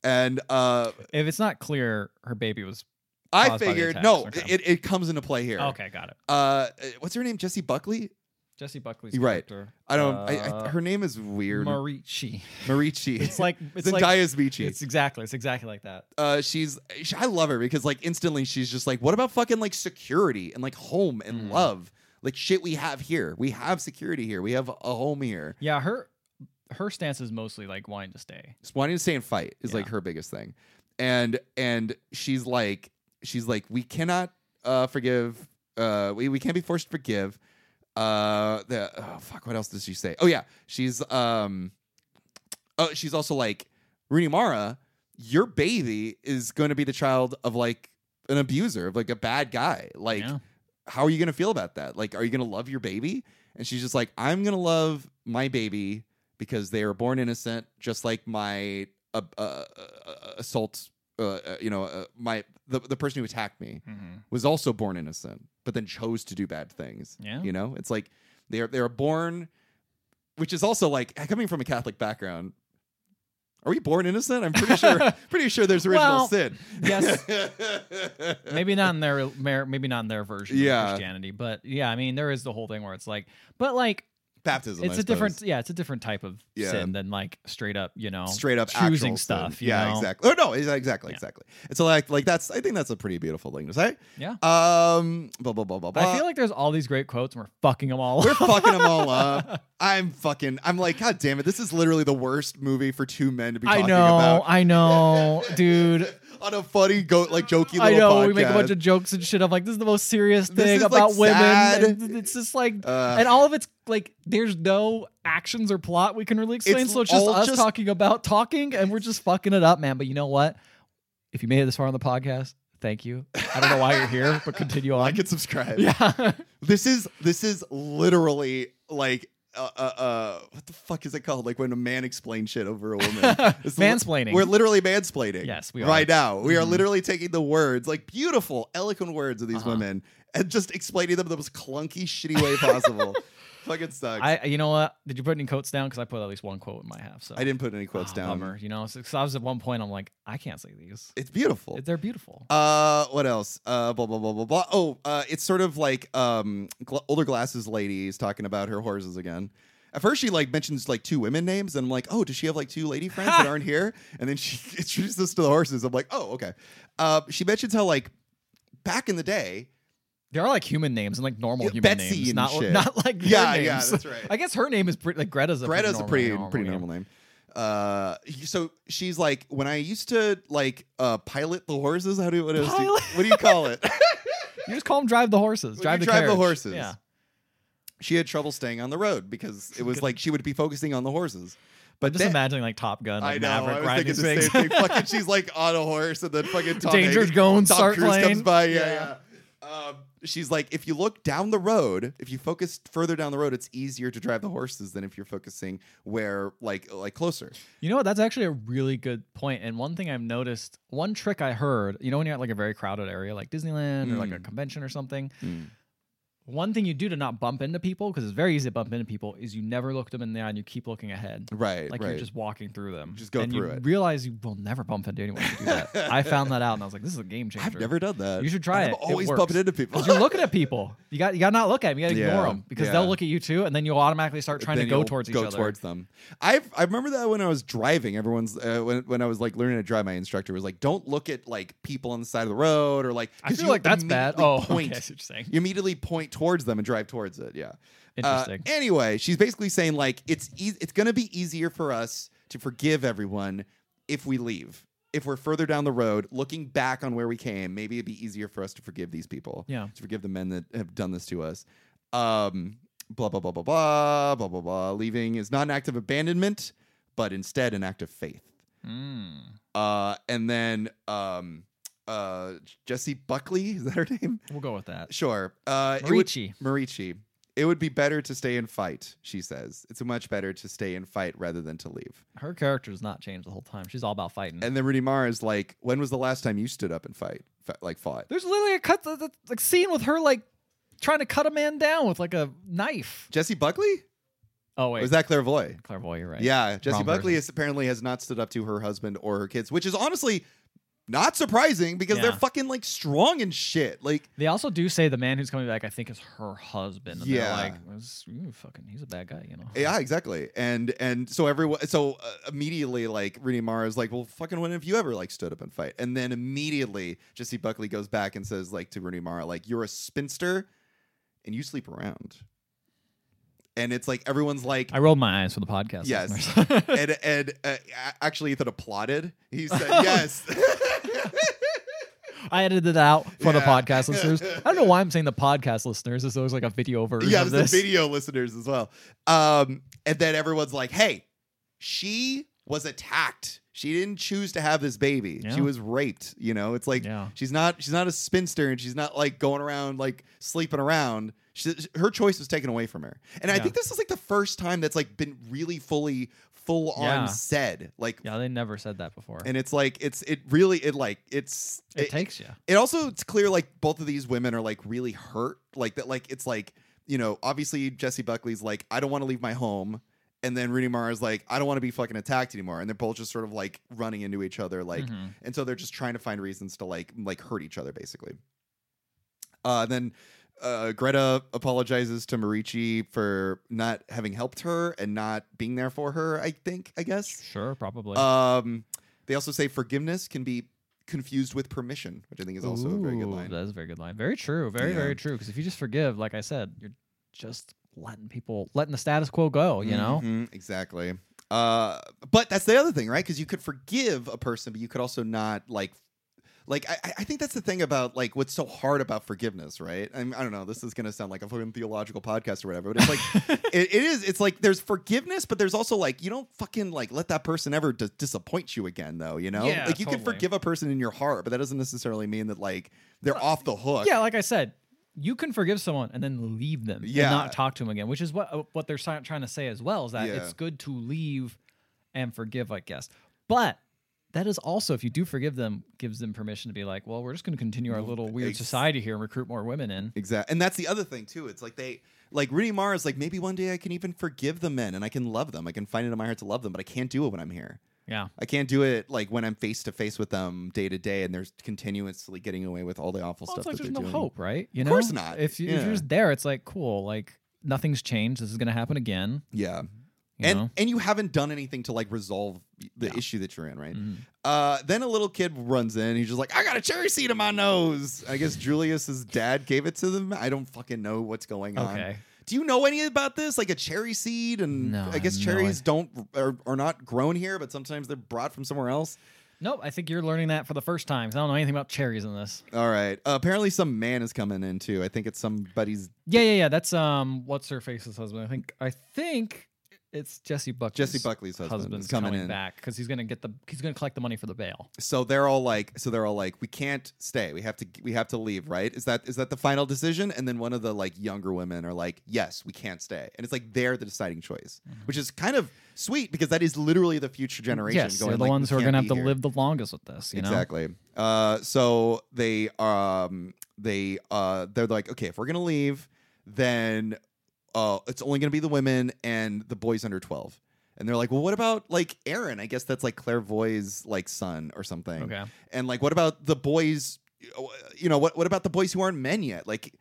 B: And uh,
A: If it's not clear, her baby was.
B: I
A: Caused by the
B: figured,
A: attacks,
B: no,
A: okay.
B: it, it comes into play here.
A: Okay, got it.
B: Uh, what's her name? Jesse Buckley.
A: Jesse Buckley's
B: You're right.
A: character.
B: I don't.
A: uh,
B: I, I, her name is weird.
A: Marici.
B: Marici.
A: It's like it's like,
B: Zendaya's Michi.
A: It's exactly it's exactly like that.
B: uh, she's she, I love her because like instantly she's just like, what about fucking like security and like home and
A: Hmm.
B: love, like shit we have here. We have security here. We have a home here.
A: Yeah, her her stance is mostly like wanting to stay.
B: Just wanting to stay and fight is like
A: Yeah.
B: her biggest thing, and and she's like she's like we cannot uh forgive uh we we can't be forced to forgive uh the oh fuck what else does she say oh yeah she's um oh she's also like Rooney Mara your baby is going to be the child of like an abuser of like a bad guy like
A: Yeah.
B: how are you going to feel about that like are you going to love your baby and she's just like I'm going to love my baby because they are born innocent just like my uh, uh, uh, assault uh, uh, you know uh, my the, the person who attacked me
A: Mm-hmm.
B: was also born innocent, but then chose to do bad things.
A: Yeah.
B: You know, it's like they're they're born, which is also like coming from a Catholic background. Are we born innocent? I'm pretty sure. pretty sure there's original
A: Well,
B: sin.
A: Yes, maybe not in their mer- maybe not in their version
B: Yeah.
A: of Christianity, but yeah, I mean there is the whole thing where it's like, but like
B: Baptism. I
A: it's a different
B: suppose.
A: yeah it's a different type of
B: Yeah.
A: sin than like straight up you know
B: straight up
A: choosing
B: actual sin.
A: stuff you
B: Yeah,
A: know?
B: exactly. Oh no, ex- exactly,
A: Yeah.
B: exactly. It's like like that's. I think that's a pretty beautiful thing to say.
A: yeah
B: Um. Blah blah blah blah. blah.
A: i feel like there's all these great quotes and we're fucking them all
B: We're
A: up
B: fucking them all up. I'm fucking. I'm like, God damn it! This is literally the worst movie for two men to be
A: i
B: talking
A: know
B: about
A: i know dude
B: on a funny goat like jokey. Little
A: I know
B: podcast.
A: we make a bunch of jokes and shit. I'm like, this is the most serious
B: This
A: thing
B: is, like,
A: about women.
B: sad.
A: And it's just like,
B: Uh.
A: and all of it's like, there's no actions or plot we can really explain.
B: It's
A: so it's just
B: all
A: us
B: just-
A: talking about talking, and we're just fucking it up, man. But you know what? If you made it this far on the podcast, thank you. I don't know why you're here, but continue on.
B: like and subscribe.
A: yeah.
B: This is this is literally like. Uh, uh, uh, what the fuck is it called? Like when a man explains shit over a woman. It's li-
A: Mansplaining.
B: we're literally mansplaining.
A: Yes, we are. Mm-hmm.
B: Right now, we are literally taking the words, like beautiful, eloquent words of these
A: Uh-huh.
B: women, and just explaining them in the most clunky, shitty way possible. Fucking sucks.
A: I, you know what? Did you put any quotes down? Because I put at least one quote in my half. So
B: I didn't put any quotes
A: Ah,
B: down.
A: Bummer, you know, because I was at one point, I'm like, I can't say these.
B: It's beautiful.
A: They're beautiful.
B: Uh, what else? Uh, blah blah blah blah blah. Oh, uh, it's sort of like um, gl- older glasses lady is talking about her horses again. At first, she like mentions like two women names, and I'm like, oh, does she have like two lady friends that aren't here? And then she introduces us to the horses. I'm like, oh, okay. Uh, she mentions how like back in the day,
A: There are like human names and like normal
B: Yeah,
A: human
B: Betsy
A: names,
B: and
A: not
B: shit.
A: not like their
B: Yeah, yeah,
A: names.
B: that's right.
A: I guess her name is pretty, like Greta's a
B: Greta's a pretty
A: pretty
B: pretty normal name. Uh, so she's like, when I used to like uh pilot the horses, how do what, else do you-
A: Pilot?
B: what do you call it?
A: You just call them drive the horses.
B: When
A: Drive
B: you
A: the
B: drive the
A: carriage.
B: horses.
A: Yeah,
B: she had trouble staying on the road because it was like she would be focusing on the horses.
A: but just
B: that-
A: imagining like Top Gun, like
B: I know.
A: Maverick
B: I was
A: riding
B: thinking
A: these
B: the
A: things.
B: same thing. fucking, she's like on a horse, and then fucking Tom
A: Danger
B: Hanks-
A: zone,
B: Tom
A: start
B: Cruise comes
A: plane.
B: by. Yeah, yeah.
A: Yeah.
B: Um, she's like, if you look down the road, if you focus further down the road, it's easier to drive the horses than if you're focusing where, like, like closer.
A: You know what? That's actually a really good point. And one thing I've noticed, one trick I heard, you know, when you're at like a very crowded area, like Disneyland or like
B: Hmm.
A: a convention or something, one thing you do to not bump into people, because it's very easy to bump into people, is you never look them in the eye and you keep looking ahead.
B: Right,
A: Like
B: right.
A: you're just walking through them.
B: Just go
A: and
B: through
A: you
B: it.
A: Realize you will never bump into anyone if you do that. I found that out and I was like, this is a game changer.
B: I've never done that.
A: You should try
B: I'm
A: it. It
B: Always
A: works.
B: bumping into people.
A: 'Cause you're looking at people. You got you got to not look at them. You got to
B: Yeah,
A: ignore them because they'll
B: yeah.
A: look at you too, and then you'll automatically start trying to
B: then
A: go
B: you'll
A: towards each
B: go
A: other.
B: towards them. I I remember that when I was driving, everyone's uh, when when I was like learning to drive, my instructor was like, "Don't look at like people on the side of the road or like."
A: I
B: 'cause
A: feel
B: you
A: like that's bad.
B: immediately
A: Oh, okay,
B: point-
A: I see what you're saying.
B: You immediately point towards them and drive towards it. Yeah. Uh,
A: Interesting.
B: anyway, she's basically saying like it's eas it's gonna be easier for us to forgive everyone if we leave. If we're further down the road, looking back on where we came, maybe it'd be easier for us to forgive these people.
A: Yeah.
B: To forgive the men that have done this to us. Um, blah blah blah blah blah blah blah blah. Leaving is not an act of abandonment, but instead an act of faith.
A: Hmm.
B: Uh, and then um, uh, Jesse Buckley is that her name?
A: We'll go with that.
B: Sure. Uh,
A: Marici.
B: It would, Marici. It would be better to stay and fight, she says. It's much better to stay and fight rather than to leave.
A: Her character does not change the whole time. She's all about fighting.
B: And then Rudy Mara is like, when was the last time you stood up and fight, f- like fought?
A: There's literally a cut the, the, like scene with her like trying to cut a man down with like a knife.
B: Jesse Buckley?
A: Oh wait,
B: Was that Clairvoy?
A: clairvoyant? You're right.
B: Yeah, Jesse
A: Wrong
B: Buckley
A: person.
B: is, apparently has not stood up to her husband or her kids, which is honestly Not surprising because they're
A: Yeah.
B: fucking like strong and shit. Like
A: They also do say the man who's coming back, I think, is her husband. And
B: Yeah.
A: they're like, "Well, this- ooh, fucking, he's a bad guy, you know.
B: Yeah, exactly. And and so everyone, so uh, immediately, like Rooney Mara is like, "Well, fucking, when have you ever like stood up and fight?" And then immediately, Jesse Buckley goes back and says, like to Rooney Mara, like, "You're a spinster, and you sleep around." And it's like everyone's like,
A: I rolled my eyes for the podcast.
B: "Yes,"
A: listeners.
B: and and uh, a- actually Ethan applauded. He said, "Yes."
A: I edited it out for the
B: Yeah.
A: podcast listeners. I don't know why I'm saying the podcast listeners. It's always like a video version
B: yeah,
A: of
B: it's
A: this.
B: the video listeners as well. Um, and then everyone's like, "Hey, she was attacked. She didn't choose to have this baby.
A: Yeah.
B: She was raped. You know, it's like
A: Yeah.
B: she's not she's not a spinster, and she's not like going around like sleeping around. She, her choice was taken away from her. And I
A: Yeah.
B: think this is like the first time that's like been really fully full on
A: Yeah.
B: said. Like,
A: Yeah, they never said that before.
B: and it's like it's it really it like it's
A: it, takes you.
B: it also it's clear like both of these women are like really hurt like that like it's like you know obviously jesse buckley's like i don't want to leave my home and then rooney mara's like i don't want to be fucking attacked anymore and they're both just sort of like running into each other like
A: Mhm.
B: and so they're just trying to find reasons to like like hurt each other basically uh then uh, Greta apologizes to Marici for not having helped her and not being there for her. I think, I guess.
A: Sure, probably.
B: Um, they also say forgiveness can be confused with permission, which I think is also a very good
A: Ooh,
B: line.
A: That is a very good line. Very true. Very,
B: Yeah.
A: very true. Because if you just forgive, like I said, you're just letting people, letting the status quo go, you know?
B: Mhm, exactly. Uh, but that's the other thing, right? Because you could forgive a person, but you could also not like. Like I, I- I think that's the thing about like what's so hard about forgiveness, right? I, mean, I don't know. This is gonna sound like a fucking theological podcast or whatever, but it's like it, it is. It's like there's forgiveness, but there's also like you don't fucking like let that person ever dis- disappoint you again, though. You know,
A: Yeah,
B: like you can
A: totally.
B: forgive a person in your heart, but that doesn't necessarily mean that like they're off the hook.
A: Yeah, like I said, you can forgive someone and then leave them
B: Yeah.
A: and not talk to them again, which is what uh, what they're si- trying to say as well is that
B: Yeah.
A: it's good to leave and forgive, I guess. But that is also if you do forgive them, gives them permission to be like, well, we're just going to continue our little weird
B: ex- E
A: society here and recruit more women in.
B: Exactly. And that's the other thing too. It's like they like Rooney Mara is like maybe one day I can even forgive the men and I can love them. I can find it in my heart to love them, but I can't do it when I'm here.
A: Yeah,
B: I can't do it like when I'm face to face with them day to day and they're continuously getting away with all the awful
A: well,
B: stuff
A: it's like
B: that
A: there's no
B: they're doing.
A: hope, right? You know,
B: course not.
A: If, you, if
B: Yeah.
A: you're just there, it's like cool, like nothing's changed. This is going to happen again.
B: Yeah.
A: You
B: and
A: know?
B: and you haven't done anything to like resolve the issue that you're in, right?
A: Mm-hmm.
B: Uh, then a little kid runs in. He's just like, "I got a cherry seed in my nose." I guess Julius's dad gave it to them. I don't fucking know what's going on.
A: Okay.
B: Do you know any about this? Like a cherry seed, and
A: No,
B: I guess
A: I have no
B: cherries don't are, are not grown here, but sometimes they're brought from somewhere else.
A: Nope, I think you're learning that for the first time. 'cause I don't know anything about cherries in this.
B: All right. Uh, apparently, some man is coming in too. I think it's somebody's
A: Yeah, yeah, yeah. That's um, what's her face's husband? I think I think it's Jesse Buckley.
B: Jesse Buckley's husband is
A: husband's
B: coming
A: coming,
B: in.
A: back because he's gonna get the he's gonna collect the money for the bail.
B: so they're all like so they're all like we can't stay we have to we have to leave right is that is that the final decision and then one of the like younger women are like yes we can't stay and it's like they're the deciding choice
A: Mm-hmm.
B: which is kind of sweet because that is literally the future generation
A: Yes,
B: going
A: they're the
B: like,
A: ones
B: "We
A: who are
B: can't
A: gonna have to
B: be here."
A: live the longest with this. You
B: exactly uh so they um they uh they're like okay if we're gonna leave then uh it's only gonna be the women and the boys under 12 and they're like well what about like aaron i guess that's like clairvoy's like son or something
A: know. Okay.
B: and like what about the boys you know what what about the boys who aren't men yet like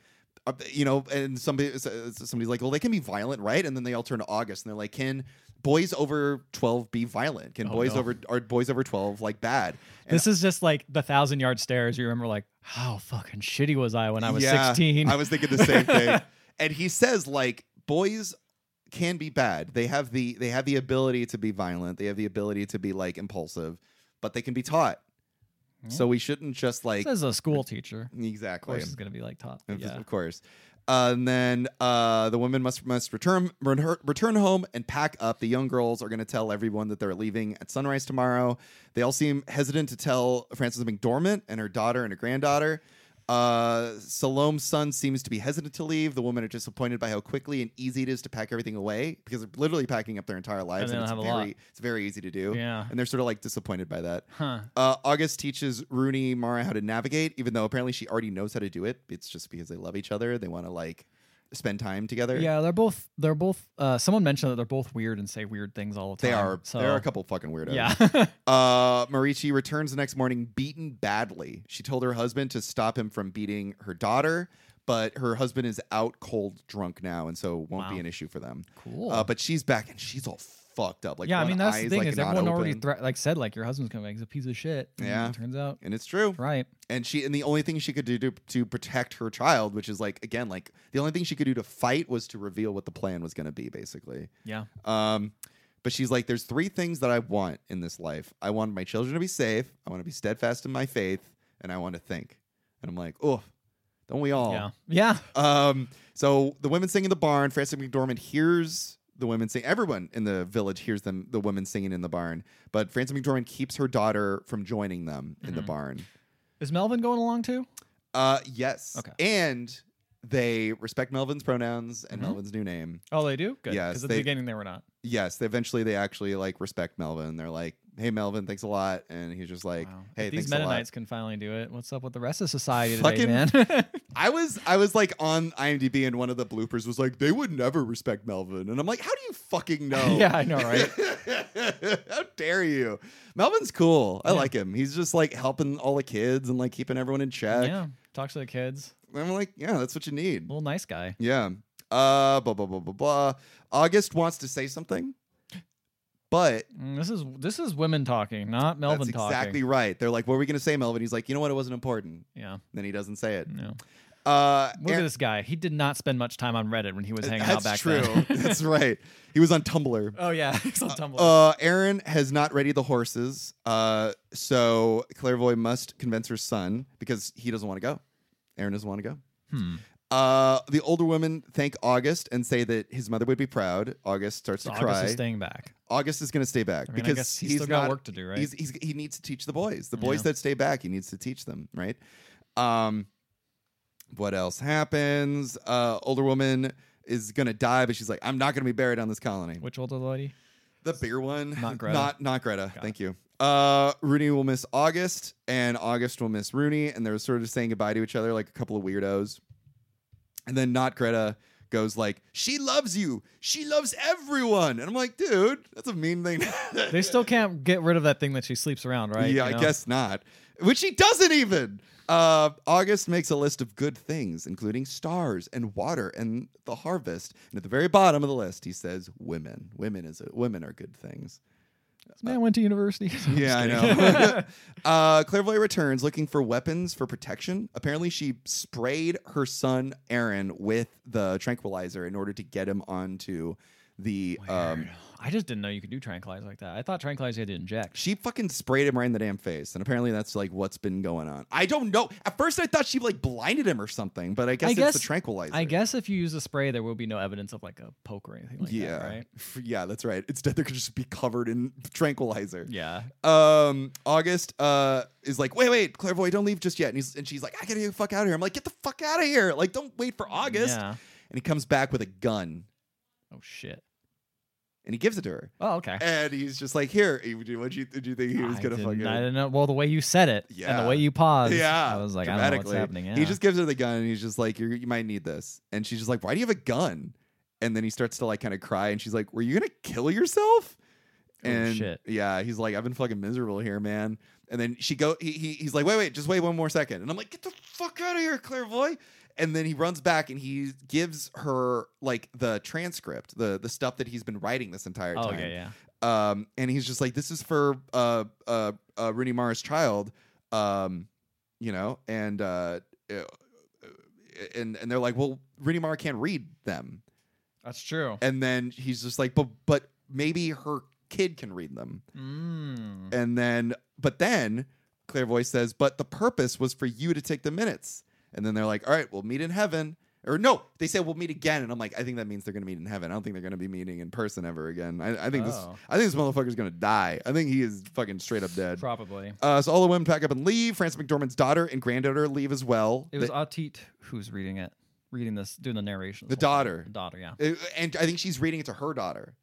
B: uh, you know and somebody s- s- somebody's like well they can be violent right and then they all turn to august and they're like can boys over 12 be violent can
A: Oh,
B: boys
A: no.
B: over are boys over 12 like bad and
A: This is just like the thousand yard stairs. You remember, like how fucking shitty was I when I was
B: Yeah,
A: sixteen?
B: I was thinking the same thing. And he says like boys can be bad. They have the they have the ability to be violent. They have the ability to be like impulsive, but they can be taught. So we shouldn't just like
A: As a school teacher, of
B: exactly.
A: Hmm. course, it's gonna be like taught.
B: Of-
A: Yeah.
B: Of course. Uh, and then uh, the women must must return return return home and pack up. The young girls are going to tell everyone that they're leaving at sunrise tomorrow. They all seem hesitant to tell Frances McDormand and her daughter and her granddaughter. Uh, Salome's son seems to be hesitant to leave. The women are disappointed by how quickly and easy it is to pack everything away because they're literally packing up their entire lives,
A: they
B: and,
A: don't
B: it's
A: have a
B: very
A: lot.
B: it's very easy to do.
A: Yeah.
B: and they're sort of like disappointed by that.
A: Huh.
B: Uh, August teaches Rooney Mara how to navigate, even though apparently she already knows how to do it. It's just because they love each other. They want to like spend time together.
A: Yeah, they're both they're both uh someone mentioned that they're both weird and say weird things all the time.
B: They are.
A: So
B: There are a couple fucking weirdos.
A: Yeah.
B: Uh, Marici returns the next morning beaten badly. She told her husband to stop him from beating her daughter, but her husband is out cold drunk now, and so won't be an issue for them.
A: Cool.
B: Uh, but she's back and she's all fucked up. Like
A: yeah, I
B: one
A: mean that's
B: eye
A: the thing
B: like,
A: is
B: not
A: everyone already
B: open.
A: thre- like said like your husband's coming back. He's a piece of shit. And
B: Yeah.
A: it turns out
B: and it's true.
A: right.
B: and she and the only thing she could do to, to protect her child which is like again like the only thing she could do to fight was to reveal what the plan was going to be basically
A: Yeah.
B: um but she's like there's three things that i want in this life i want my children to be safe i want to be steadfast in my faith and i want to think and i'm like oh don't we all
A: Yeah. Yeah.
B: um, so the women sing in the barn. Francis McDormand hears the women sing. Everyone in the village hears them, the women singing in the barn. But Francis McDormand keeps her daughter from joining them in the
A: Mm-hmm.
B: barn.
A: Is Melvin going along too?
B: Uh, yes.
A: Okay.
B: And they respect Melvin's pronouns
A: Mm-hmm.
B: and Melvin's new name.
A: Oh, they do. Good.
B: Yes,
A: Because at
B: they-
A: the beginning they were not.
B: Yes. They eventually they actually like respect Melvin. They're like, "Hey, Melvin, thanks a lot." And he's just like,
A: Wow. If
B: "Hey,
A: these
B: thanks
A: Mennonites can finally do it. What's up with the rest of society
B: Fucking-
A: today, man?
B: a lot." I was I was like on IMDb and one of the bloopers was like, "They would never respect Melvin," and I'm like, "How do you fucking know?"
A: yeah, I know, right?
B: How dare you? Melvin's cool. I like him. He's just like helping all the kids and like keeping everyone in check.
A: yeah. Talks to the kids.
B: I'm like, yeah, that's what you need.
A: Little nice guy.
B: Yeah. Uh blah blah blah blah blah. August wants to say something, but
A: Mm, This is this is women talking, not Melvin
B: that's
A: talking.
B: exactly right. They're like, What are we gonna say, Melvin? He's like, you know what, it wasn't important.
A: Yeah.
B: Then he doesn't say it.
A: No.
B: Uh
A: Look
B: Aaron-
A: at this guy. He did not spend much time on Reddit when he was hanging out
B: that's
A: back
B: true.
A: then.
B: that's right. He was on Tumblr.
A: oh yeah, he's on Tumblr.
B: Uh, Aaron has not readied the horses, uh, so Clairvoy must convince her son because he doesn't want to go. Aaron doesn't want to go.
A: Hmm.
B: Uh, the older women thank August and say that his mother would be proud. August starts
A: So
B: to
A: August
B: cry.
A: is staying back.
B: August is going to stay back
A: I mean, I
B: because
A: guess he's
B: he's
A: still got
B: not-
A: work to do, right?
B: He's, he's, he needs to teach the boys. The boys
A: Yeah.
B: that stay back, he needs to teach them, right? Um, what else happens? Uh, older woman is going to die, but she's like, I'm not going to be buried on this colony.
A: Which older lady?
B: The bigger one.
A: Not Greta.
B: Not, not Greta. Thank you. Uh, Rooney will miss August, and August will miss Rooney, and they're sort of saying goodbye to each other like a couple of weirdos. And then not Greta goes like, "She loves you. She loves everyone." And I'm like, "Dude, that's a mean thing."
A: They still can't get rid of that thing that she sleeps around, right?
B: Yeah,
A: You know?
B: I guess not. Which he doesn't even. Uh, August makes a list of good things, including stars and water and the harvest. And at the very bottom of the list, he says, "Women. Women is a, women are good things."
A: This man went to university.
B: Yeah, I know. uh, Clairvoy returns looking for weapons for protection. Apparently, she sprayed her son Aaron with the tranquilizer in order to get him onto the. Um,
A: I just didn't know you could do tranquilizer like that. I thought tranquilizer you had to inject.
B: she fucking sprayed him right in the damn face, and apparently that's like what's been going on. I don't know. At first, I thought she like blinded him or something, but I guess, it's the tranquilizer.
A: I guess if you use a spray, there will be no evidence of like a poke or anything like
B: Yeah.
A: that, right?
B: Yeah, that's right. Instead, they could just be covered in tranquilizer.
A: Yeah.
B: um august uh is like wait wait clairvoy don't leave just yet and he's and she's like i gotta get the fuck out of here i'm like get the fuck out of here like don't wait for august
A: Yeah.
B: and he comes back with a gun
A: Oh shit.
B: and he gives it to her
A: Oh okay.
B: and he's just like here what you did you think he was
A: I
B: gonna
A: didn't- I
B: fucking
A: didn't know. Well, the way you said it and
B: Yeah.
A: the way you paused,
B: yeah
A: I was like, I don't know what's
B: dramatically.
A: happening. Yeah.
B: he just gives her the gun and he's just like You're, you might need this and she's just like why do you have a gun and then he starts to like kind of cry and she's like were you gonna kill yourself
A: Oh,
B: and
A: shit.
B: yeah, he's like, I've been fucking miserable here, man. And then she go, he, he he's like, wait, wait, just wait one more second. And I'm like, get the fuck out of here, Clairvoy. And then he runs back and he gives her like the transcript, the the stuff that he's been writing this entire
A: Oh
B: time.
A: yeah, yeah.
B: Um, and he's just like, this is for uh uh, uh Rooney Mara's child, um, you know, and uh, uh, and and they're like, well, Rooney Mara can't read them,
A: That's true.
B: and then he's just like, but but maybe her kid can read them.
A: Mm.
B: And then, but then Clairvoy says, but the purpose was for you to take the minutes. And then they're like, all right, we'll meet in heaven. Or no, they say we'll meet again. And I'm like, I think that means they're going to meet in heaven. I don't think they're going to be meeting in person ever again. I, I think this,
A: Oh.
B: I think this motherfucker's going to die. I think he is fucking straight up dead.
A: Probably.
B: Uh, so all the women pack up and leave. Frances McDormand's daughter and granddaughter leave as well.
A: It was
B: The-
A: Atit who's reading it, reading this, doing the narration. this
B: The
A: whole thing.
B: daughter.
A: The daughter, yeah.
B: uh, and I think she's reading it to her daughter.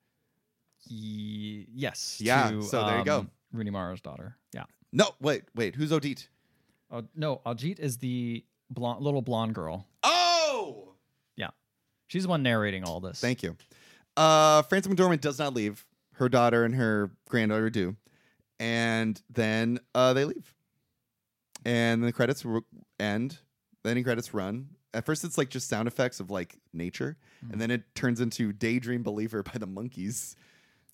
A: Ye- yes.
B: Yeah,
A: to,
B: so there you go.
A: um, Rooney Mara's daughter. Yeah. Uh,
B: No, wait, wait. Who's Odit?
A: Oh no, Ajit is the blonde, little blonde girl.
B: Oh,
A: She's the one narrating all this.
B: Thank you. Uh, Frances McDormand does not leave. Her daughter and her granddaughter do, and then uh, they leave. And the credits ro- end. The ending credits run. At first, it's like just sound effects of like nature,
A: Hmm.
B: and then it turns into "Daydream Believer" by the Monkees,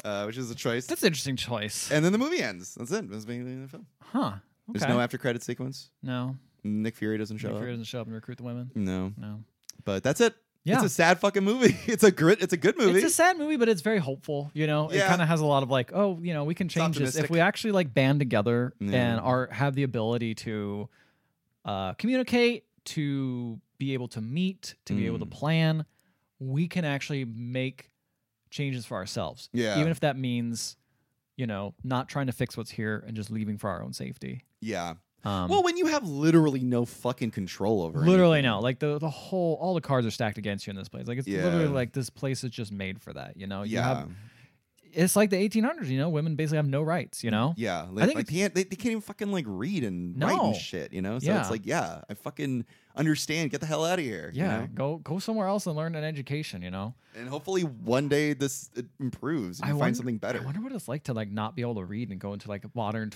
B: uh, which is a choice.
A: That's an interesting choice.
B: and then the movie ends. That's it. That's the beginning of the film.
A: Huh.
B: There's
A: Okay.
B: no after credit sequence.
A: No.
B: Nick Fury doesn't show
A: Nick
B: up.
A: Fury doesn't show up and recruit the women.
B: No,
A: No.
B: but that's it.
A: Yeah.
B: It's a sad fucking movie. It's a grit. It's a good movie.
A: It's a sad movie, but it's very hopeful. You know, it
B: Yeah.
A: kind of has a lot of like, oh, you know, we can change this if
B: optimistic.
A: we actually like band together
B: Yeah.
A: and are have the ability to uh, communicate, to be able to meet, to be
B: Mm.
A: able to plan. We can actually make changes for ourselves.
B: Yeah.
A: even if that means, you know, not trying to fix what's here and just leaving for our own safety.
B: yeah.
A: Um,
B: well, when you have literally no fucking control over
A: Literally
B: anything.
A: no. Like the the whole all the cards are stacked against you in this place. Like it's
B: Yeah.
A: literally like this place is just made for that. You know. You
B: Yeah.
A: have- it's like the 1800s. You know, women basically have no rights. You know.
B: yeah. Like,
A: think
B: like,
A: it's-
B: yeah, they, they can't even fucking like read and write
A: No.
B: and shit, you know? So
A: Yeah.
B: it's like, yeah, I fucking understand. Get the hell out of here. you
A: Yeah.
B: know?
A: Go go somewhere else and learn an education. You know.
B: And hopefully one day this it improves and you find
A: wonder-
B: something better.
A: I wonder what it's like to like not be able to read and go into like modern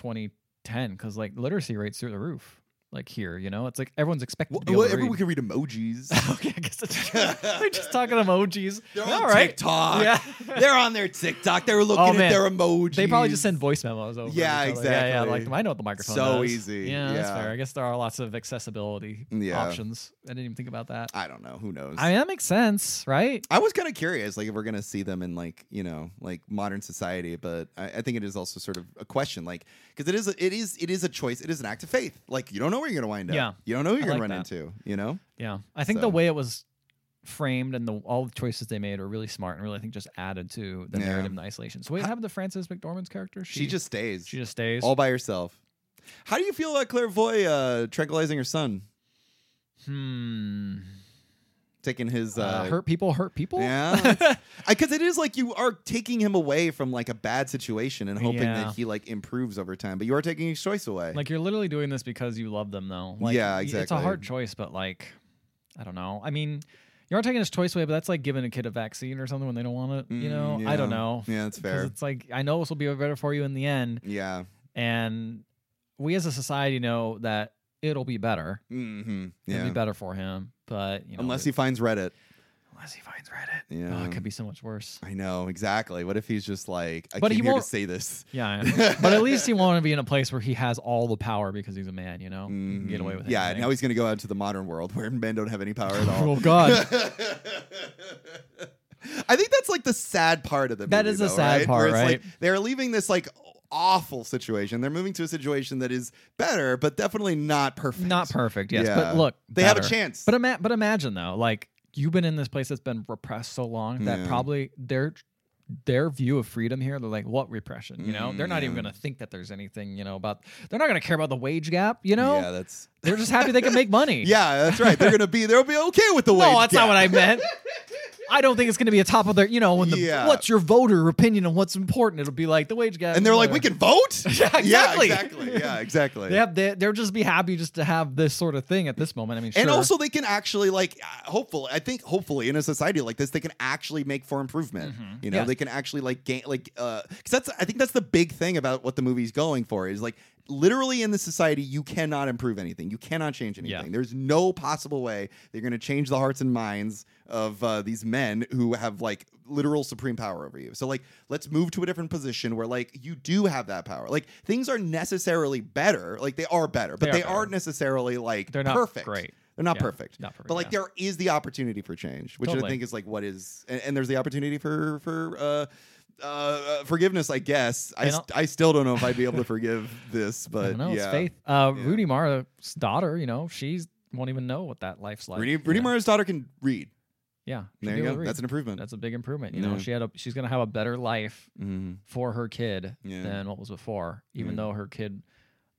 A: 2010 because like literacy rates through the roof. Like here, you know, it's like everyone's expected
B: Well,
A: to be able to
B: everyone
A: read.
B: can read emojis.
A: Okay, I guess it's they're just talking emojis.
B: They're on
A: All right.
B: TikTok.
A: Yeah. Oh,
B: They're on their TikTok. They're looking at
A: man.
B: their emojis.
A: They probably just send voice memos over.
B: Yeah,
A: each other. Yeah, yeah.
B: exactly.
A: Like I know what the microphone.
B: So
A: does.
B: easy.
A: Yeah, that's
B: Yeah.
A: fair. I guess there are lots of accessibility
B: Yeah.
A: options. I didn't even think about that.
B: I don't know. Who knows?
A: I mean, that makes sense, right?
B: I was kind of curious, like if we're gonna see them in like you know like modern society, but I, I think it is also sort of a question, like because it is a, it is it is a choice, it is an act of faith. Like you don't know where you're gonna wind up.
A: Yeah.
B: you don't know who you're
A: I
B: gonna
A: like
B: run
A: that.
B: into. You know,
A: Yeah, I think
B: So.
A: the way it was framed and the all the choices they made are really smart and really I think just added to the
B: Yeah.
A: narrative and the isolation. So wait, have the Frances McDormand's character?
B: she, just stays.
A: she just stays.
B: all by herself. How do you feel about Claire Voy uh, tranquilizing her son,
A: hmm.
B: taking his uh,
A: Uh, hurt people, hurt people.
B: Yeah, because it is like you are taking him away from like a bad situation and hoping
A: Yeah.
B: that he like improves over time, but you are taking his choice away.
A: Like you're literally doing this because you love them, though. Like,
B: Yeah,
A: y- It's a
B: exactly.
A: hard choice, but like, I don't know. I mean, you are taking his choice away, but that's like giving a kid a vaccine or something when they don't want it. You know,
B: Mm,
A: I don't
B: yeah.
A: know.
B: Yeah, that's
A: 'Cause
B: fair.
A: It's like I know this will be better for you in the end,
B: yeah.
A: and we as a society know that it'll be better.
B: Mm-hmm. Yeah.
A: It'll be better for him, but you know,
B: Unless he finds Reddit.
A: unless he finds Reddit, oh,
B: Yeah.
A: it could be so much worse.
B: I know exactly. What if he's just like, I
A: But
B: came
A: he
B: here to
A: won't-
B: say this.
A: Yeah, I know. but at least he won't be in a place where he has all the power because he's a man. You know, He can get away with it.
B: Mm, Yeah, now he's gonna go out into the modern world where men don't have any power at all.
A: Oh God.
B: I think that's like the sad part of the
A: That
B: movie,
A: is the
B: though,
A: sad
B: right?
A: part,
B: Where it's
A: right?
B: Like, they're leaving this like awful situation. They're moving to a situation that is better, but definitely not perfect.
A: Not perfect, yes.
B: Yeah.
A: But look,
B: They have a
A: better.
B: chance.
A: But ima- but imagine though, like you've been in this place that's been repressed so long that
B: Yeah.
A: probably their their view of freedom here, they're like, what repression? You know, they're not
B: Mm.
A: even gonna think that there's anything, you know, about they're not gonna care about the wage gap, you know?
B: Yeah, that's
A: They're just happy they can make money.
B: yeah, that's right. They're gonna be they'll be okay with the way.
A: No, that's not what I meant. I don't think it's gonna be a top of their you know, when the
B: Yeah.
A: what's your voter opinion on what's important, it'll be like the wage gap.
B: And they're like,
A: whatever.
B: we can vote. yeah,
A: exactly.
B: Yeah, exactly. Yeah, exactly.
A: they have they, they'll just be happy just to have this sort of thing at this moment. I mean,
B: And
A: sure.
B: also, they can actually like, uh, hopefully, I think hopefully in a society like this, they can actually make for improvement. You know,
A: Mm-hmm. Yeah.
B: they can actually like gain like because that's I think that's the big thing about what the movie's going for is like literally in this society you cannot improve anything, you cannot change
A: Yeah.
B: anything. There's no possible way they're going to change the hearts and minds of uh, these men who have like literal supreme power over you. So like, let's move to a different position where like you do have that power. Like things are necessarily better, like they are better, but
A: They
B: they,
A: are better.
B: aren't necessarily like
A: They're not
B: perfect.
A: great.
B: They're not
A: Yeah,
B: perfect.
A: not perfect,
B: But like
A: yeah.
B: there is the opportunity for change, which I
A: Totally.
B: think is like what is and, and there's the opportunity for for uh uh, forgiveness, I guess. I,
A: And
B: st-
A: I'll-
B: I still don't know if I'd be able to forgive this, but
A: I don't know.
B: yeah.
A: It's faith. Uh, Rudy Mara's daughter, you know, she won't even know what that life's like.
B: Rooney,
A: you
B: Rooney
A: know?
B: Mara's daughter can read.
A: Yeah. she'll
B: There
A: be
B: you
A: able
B: go.
A: to read.
B: That's an improvement.
A: That's a big improvement. You
B: Yeah.
A: know, she had a she's gonna have a better life
B: Mhm.
A: for her kid
B: Yeah. Mm.
A: than what was before. Even though her kid,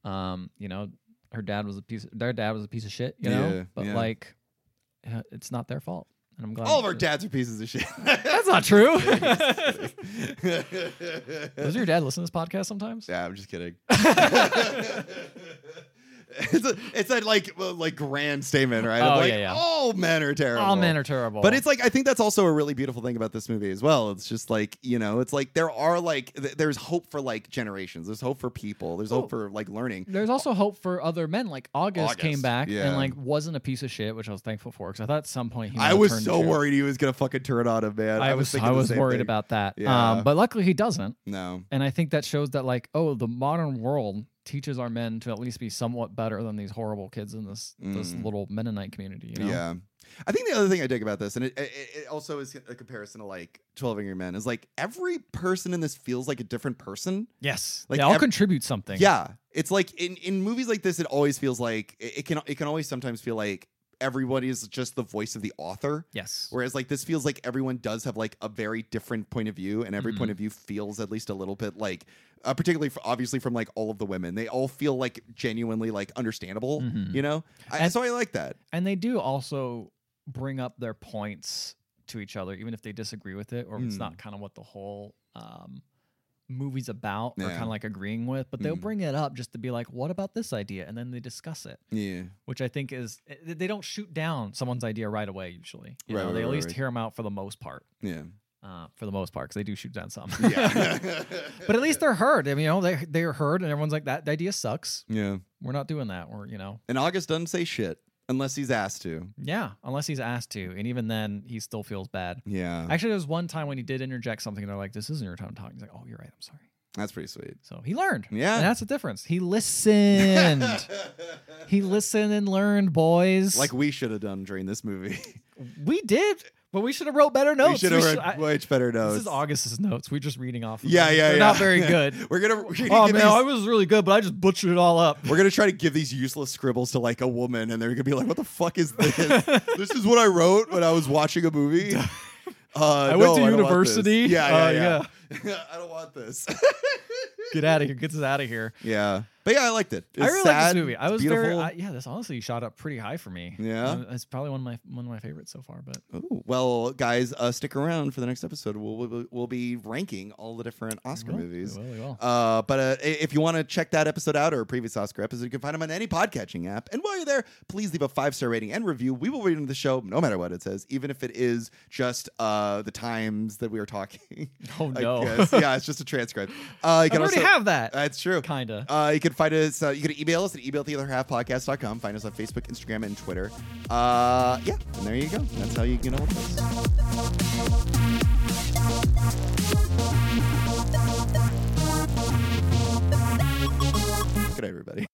A: um, you know, her dad was a piece. Their dad was a piece of shit. You know,
B: Yeah,
A: but
B: yeah.
A: like, uh, it's not their fault. And I'm glad
B: All of our dads are pieces of shit.
A: That's not true. Does your dad listen to this podcast sometimes?
B: yeah, I'm just kidding. it's a, it's that like uh, like grand statement, right?
A: Oh,
B: Of like,
A: yeah, yeah.
B: All men are terrible.
A: All men are terrible.
B: But it's like I think that's also a really beautiful thing about this movie as well. It's just like you know, it's like there are like th- there's hope for like generations. There's hope for people. There's
A: Oh.
B: hope for like learning.
A: There's also hope for other men. Like August, came
B: August,
A: back
B: yeah.
A: and like wasn't a piece of shit, which I was thankful for because I thought at some point he. might
B: I
A: have
B: was
A: turned
B: so
A: shit.
B: worried he was gonna fucking turn on him, man.
A: I, was,
B: thinking
A: I
B: the
A: was
B: same
A: worried
B: thing.
A: about that.
B: Yeah.
A: Um, but luckily he doesn't,
B: no.
A: and I think that shows that like oh the modern world teaches our men to at least be somewhat better than these horrible kids in this this little Mennonite community. You know?
B: Mm. Yeah. I think the other thing I dig about this, and it, it, it also is a comparison to like 12 Angry Men, is like every person in this feels like a different person.
A: Yes.
B: Like
A: they all
B: ev-
A: contribute something.
B: Yeah. It's like in, in movies like this, it always feels like it, it can it can always sometimes feel like everybody is just the voice of the author.
A: Yes.
B: Whereas like this feels like everyone does have like a very different point of view, and
A: Mm-hmm.
B: every point of view feels at least a little bit like, uh, particularly f obviously from like all of the women, they all feel like genuinely like understandable, you know. I,
A: Mm-hmm. And-
B: so I like that.
A: And they do also bring up their points to each other, even if they disagree with it, or if it's
B: Mm.
A: not kind of what the whole um, movie's about, or
B: Yeah.
A: kind of like agreeing with. But they'll
B: Mm.
A: bring it up just to be like, "What about this idea?" And then they discuss it,
B: Yeah.
A: which I think is eh, they don't shoot down someone's idea right away. Usually, you
B: Right,
A: know,
B: right,
A: they at
B: right,
A: least
B: right.
A: hear them out for the most part.
B: Yeah.
A: Uh, for the most part, because they do shoot down some.
B: Yeah.
A: but at least they're heard. I mean, you know, they they are heard, and everyone's like, "That idea sucks.
B: yeah.
A: We're not doing that." Or you know,
B: And August doesn't say shit unless he's asked to.
A: Yeah, unless he's asked to, and even then, he still feels bad.
B: Yeah.
A: Actually, there was one time when he did interject something, and they're like, "This isn't your time talking." He's like, "Oh, you're right. I'm sorry."
B: That's pretty sweet.
A: So he learned.
B: Yeah.
A: and that's the difference. He listened. he listened and learned, boys.
B: Like we should have done during this movie.
A: we did, but we should have wrote better notes.
B: we should
A: We
B: have
A: should-
B: read
A: I-
B: much better notes.
A: this is August's notes. We're just reading off. Of
B: Yeah,
A: them.
B: yeah,
A: They're
B: yeah.
A: not very good.
B: We're gonna. We're gonna,
A: oh
B: give
A: man,
B: these,
A: I was really good, but I just butchered it all up.
B: we're gonna try to give these useless scribbles to like a woman, and they're gonna be like, "What the fuck is this? this is what I wrote when I was watching a movie." Uh, I
A: went to university.
B: Yeah,
A: Uh,
B: yeah, yeah. I don't want this.
A: Get out of here. Get us out of here.
B: yeah, but yeah, I liked it. It's
A: I really
B: sad,
A: like this movie. I
B: it's
A: was
B: beautiful.
A: very I, yeah. This honestly shot up pretty high for me.
B: Yeah?
A: Um, it's probably one of my one of my favorites so far. But
B: Ooh, well, guys, uh, stick around for the next episode. We'll, we'll, we'll be ranking all the different Oscar
A: will. We
B: movies.
A: will, we will.
B: Uh, but uh, i- if you want to check that episode out or a previous Oscar episode, you can find them on any podcatching app. And while you're there, please leave a five star rating and review. We will read into the show no matter what it says, even if it is just uh, the times that we are talking.
A: Oh,
B: I
A: no.
B: guess. yeah, it's just a transcript. Uh, you
A: I
B: can
A: already
B: also-
A: have that.
B: That's true.
A: Kinda.
B: Uh, you can find us. Uh, you can email us at emailtheotherhalfpodcast.com. Find us on Facebook, Instagram, and Twitter. Uh, yeah, and there you go. That's how you get on with us. Good night, everybody.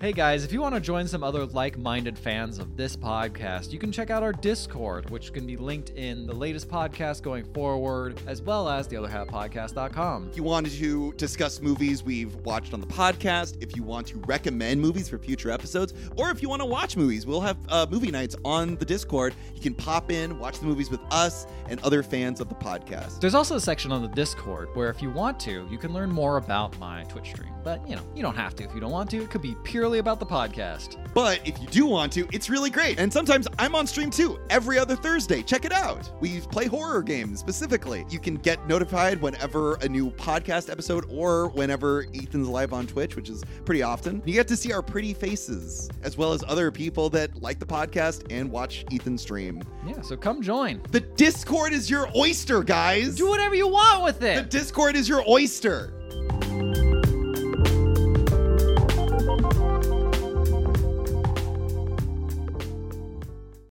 A: Hey guys, if you want to join some other like minded fans of this podcast, you can check out our Discord, which can be linked in the latest podcast going forward, as well as the theotherhalfpodcast.com.
B: If you wanted to discuss movies we've watched on the podcast, if you want to recommend movies for future episodes, or if you want to watch movies, we'll have uh, movie nights on the Discord. You can pop in, watch the movies with us and other fans of the podcast.
A: There's also a section on the Discord where, if you want to, you can learn more about my Twitch stream. But, you know, you don't have to if you don't want to. It could be purely about the podcast.
B: But if you do want to, it's really great. And sometimes I'm on stream too, every other Thursday. Check it out. We play horror games specifically. You can get notified whenever a new podcast episode or whenever Ethan's live on Twitch, which is pretty often. You get to see our pretty faces, as well as other people that like the podcast and watch Ethan stream.
A: Yeah, so come join.
B: The Discord is your oyster, guys.
A: Do whatever you want with
B: The
A: it.
B: Discord is your oyster.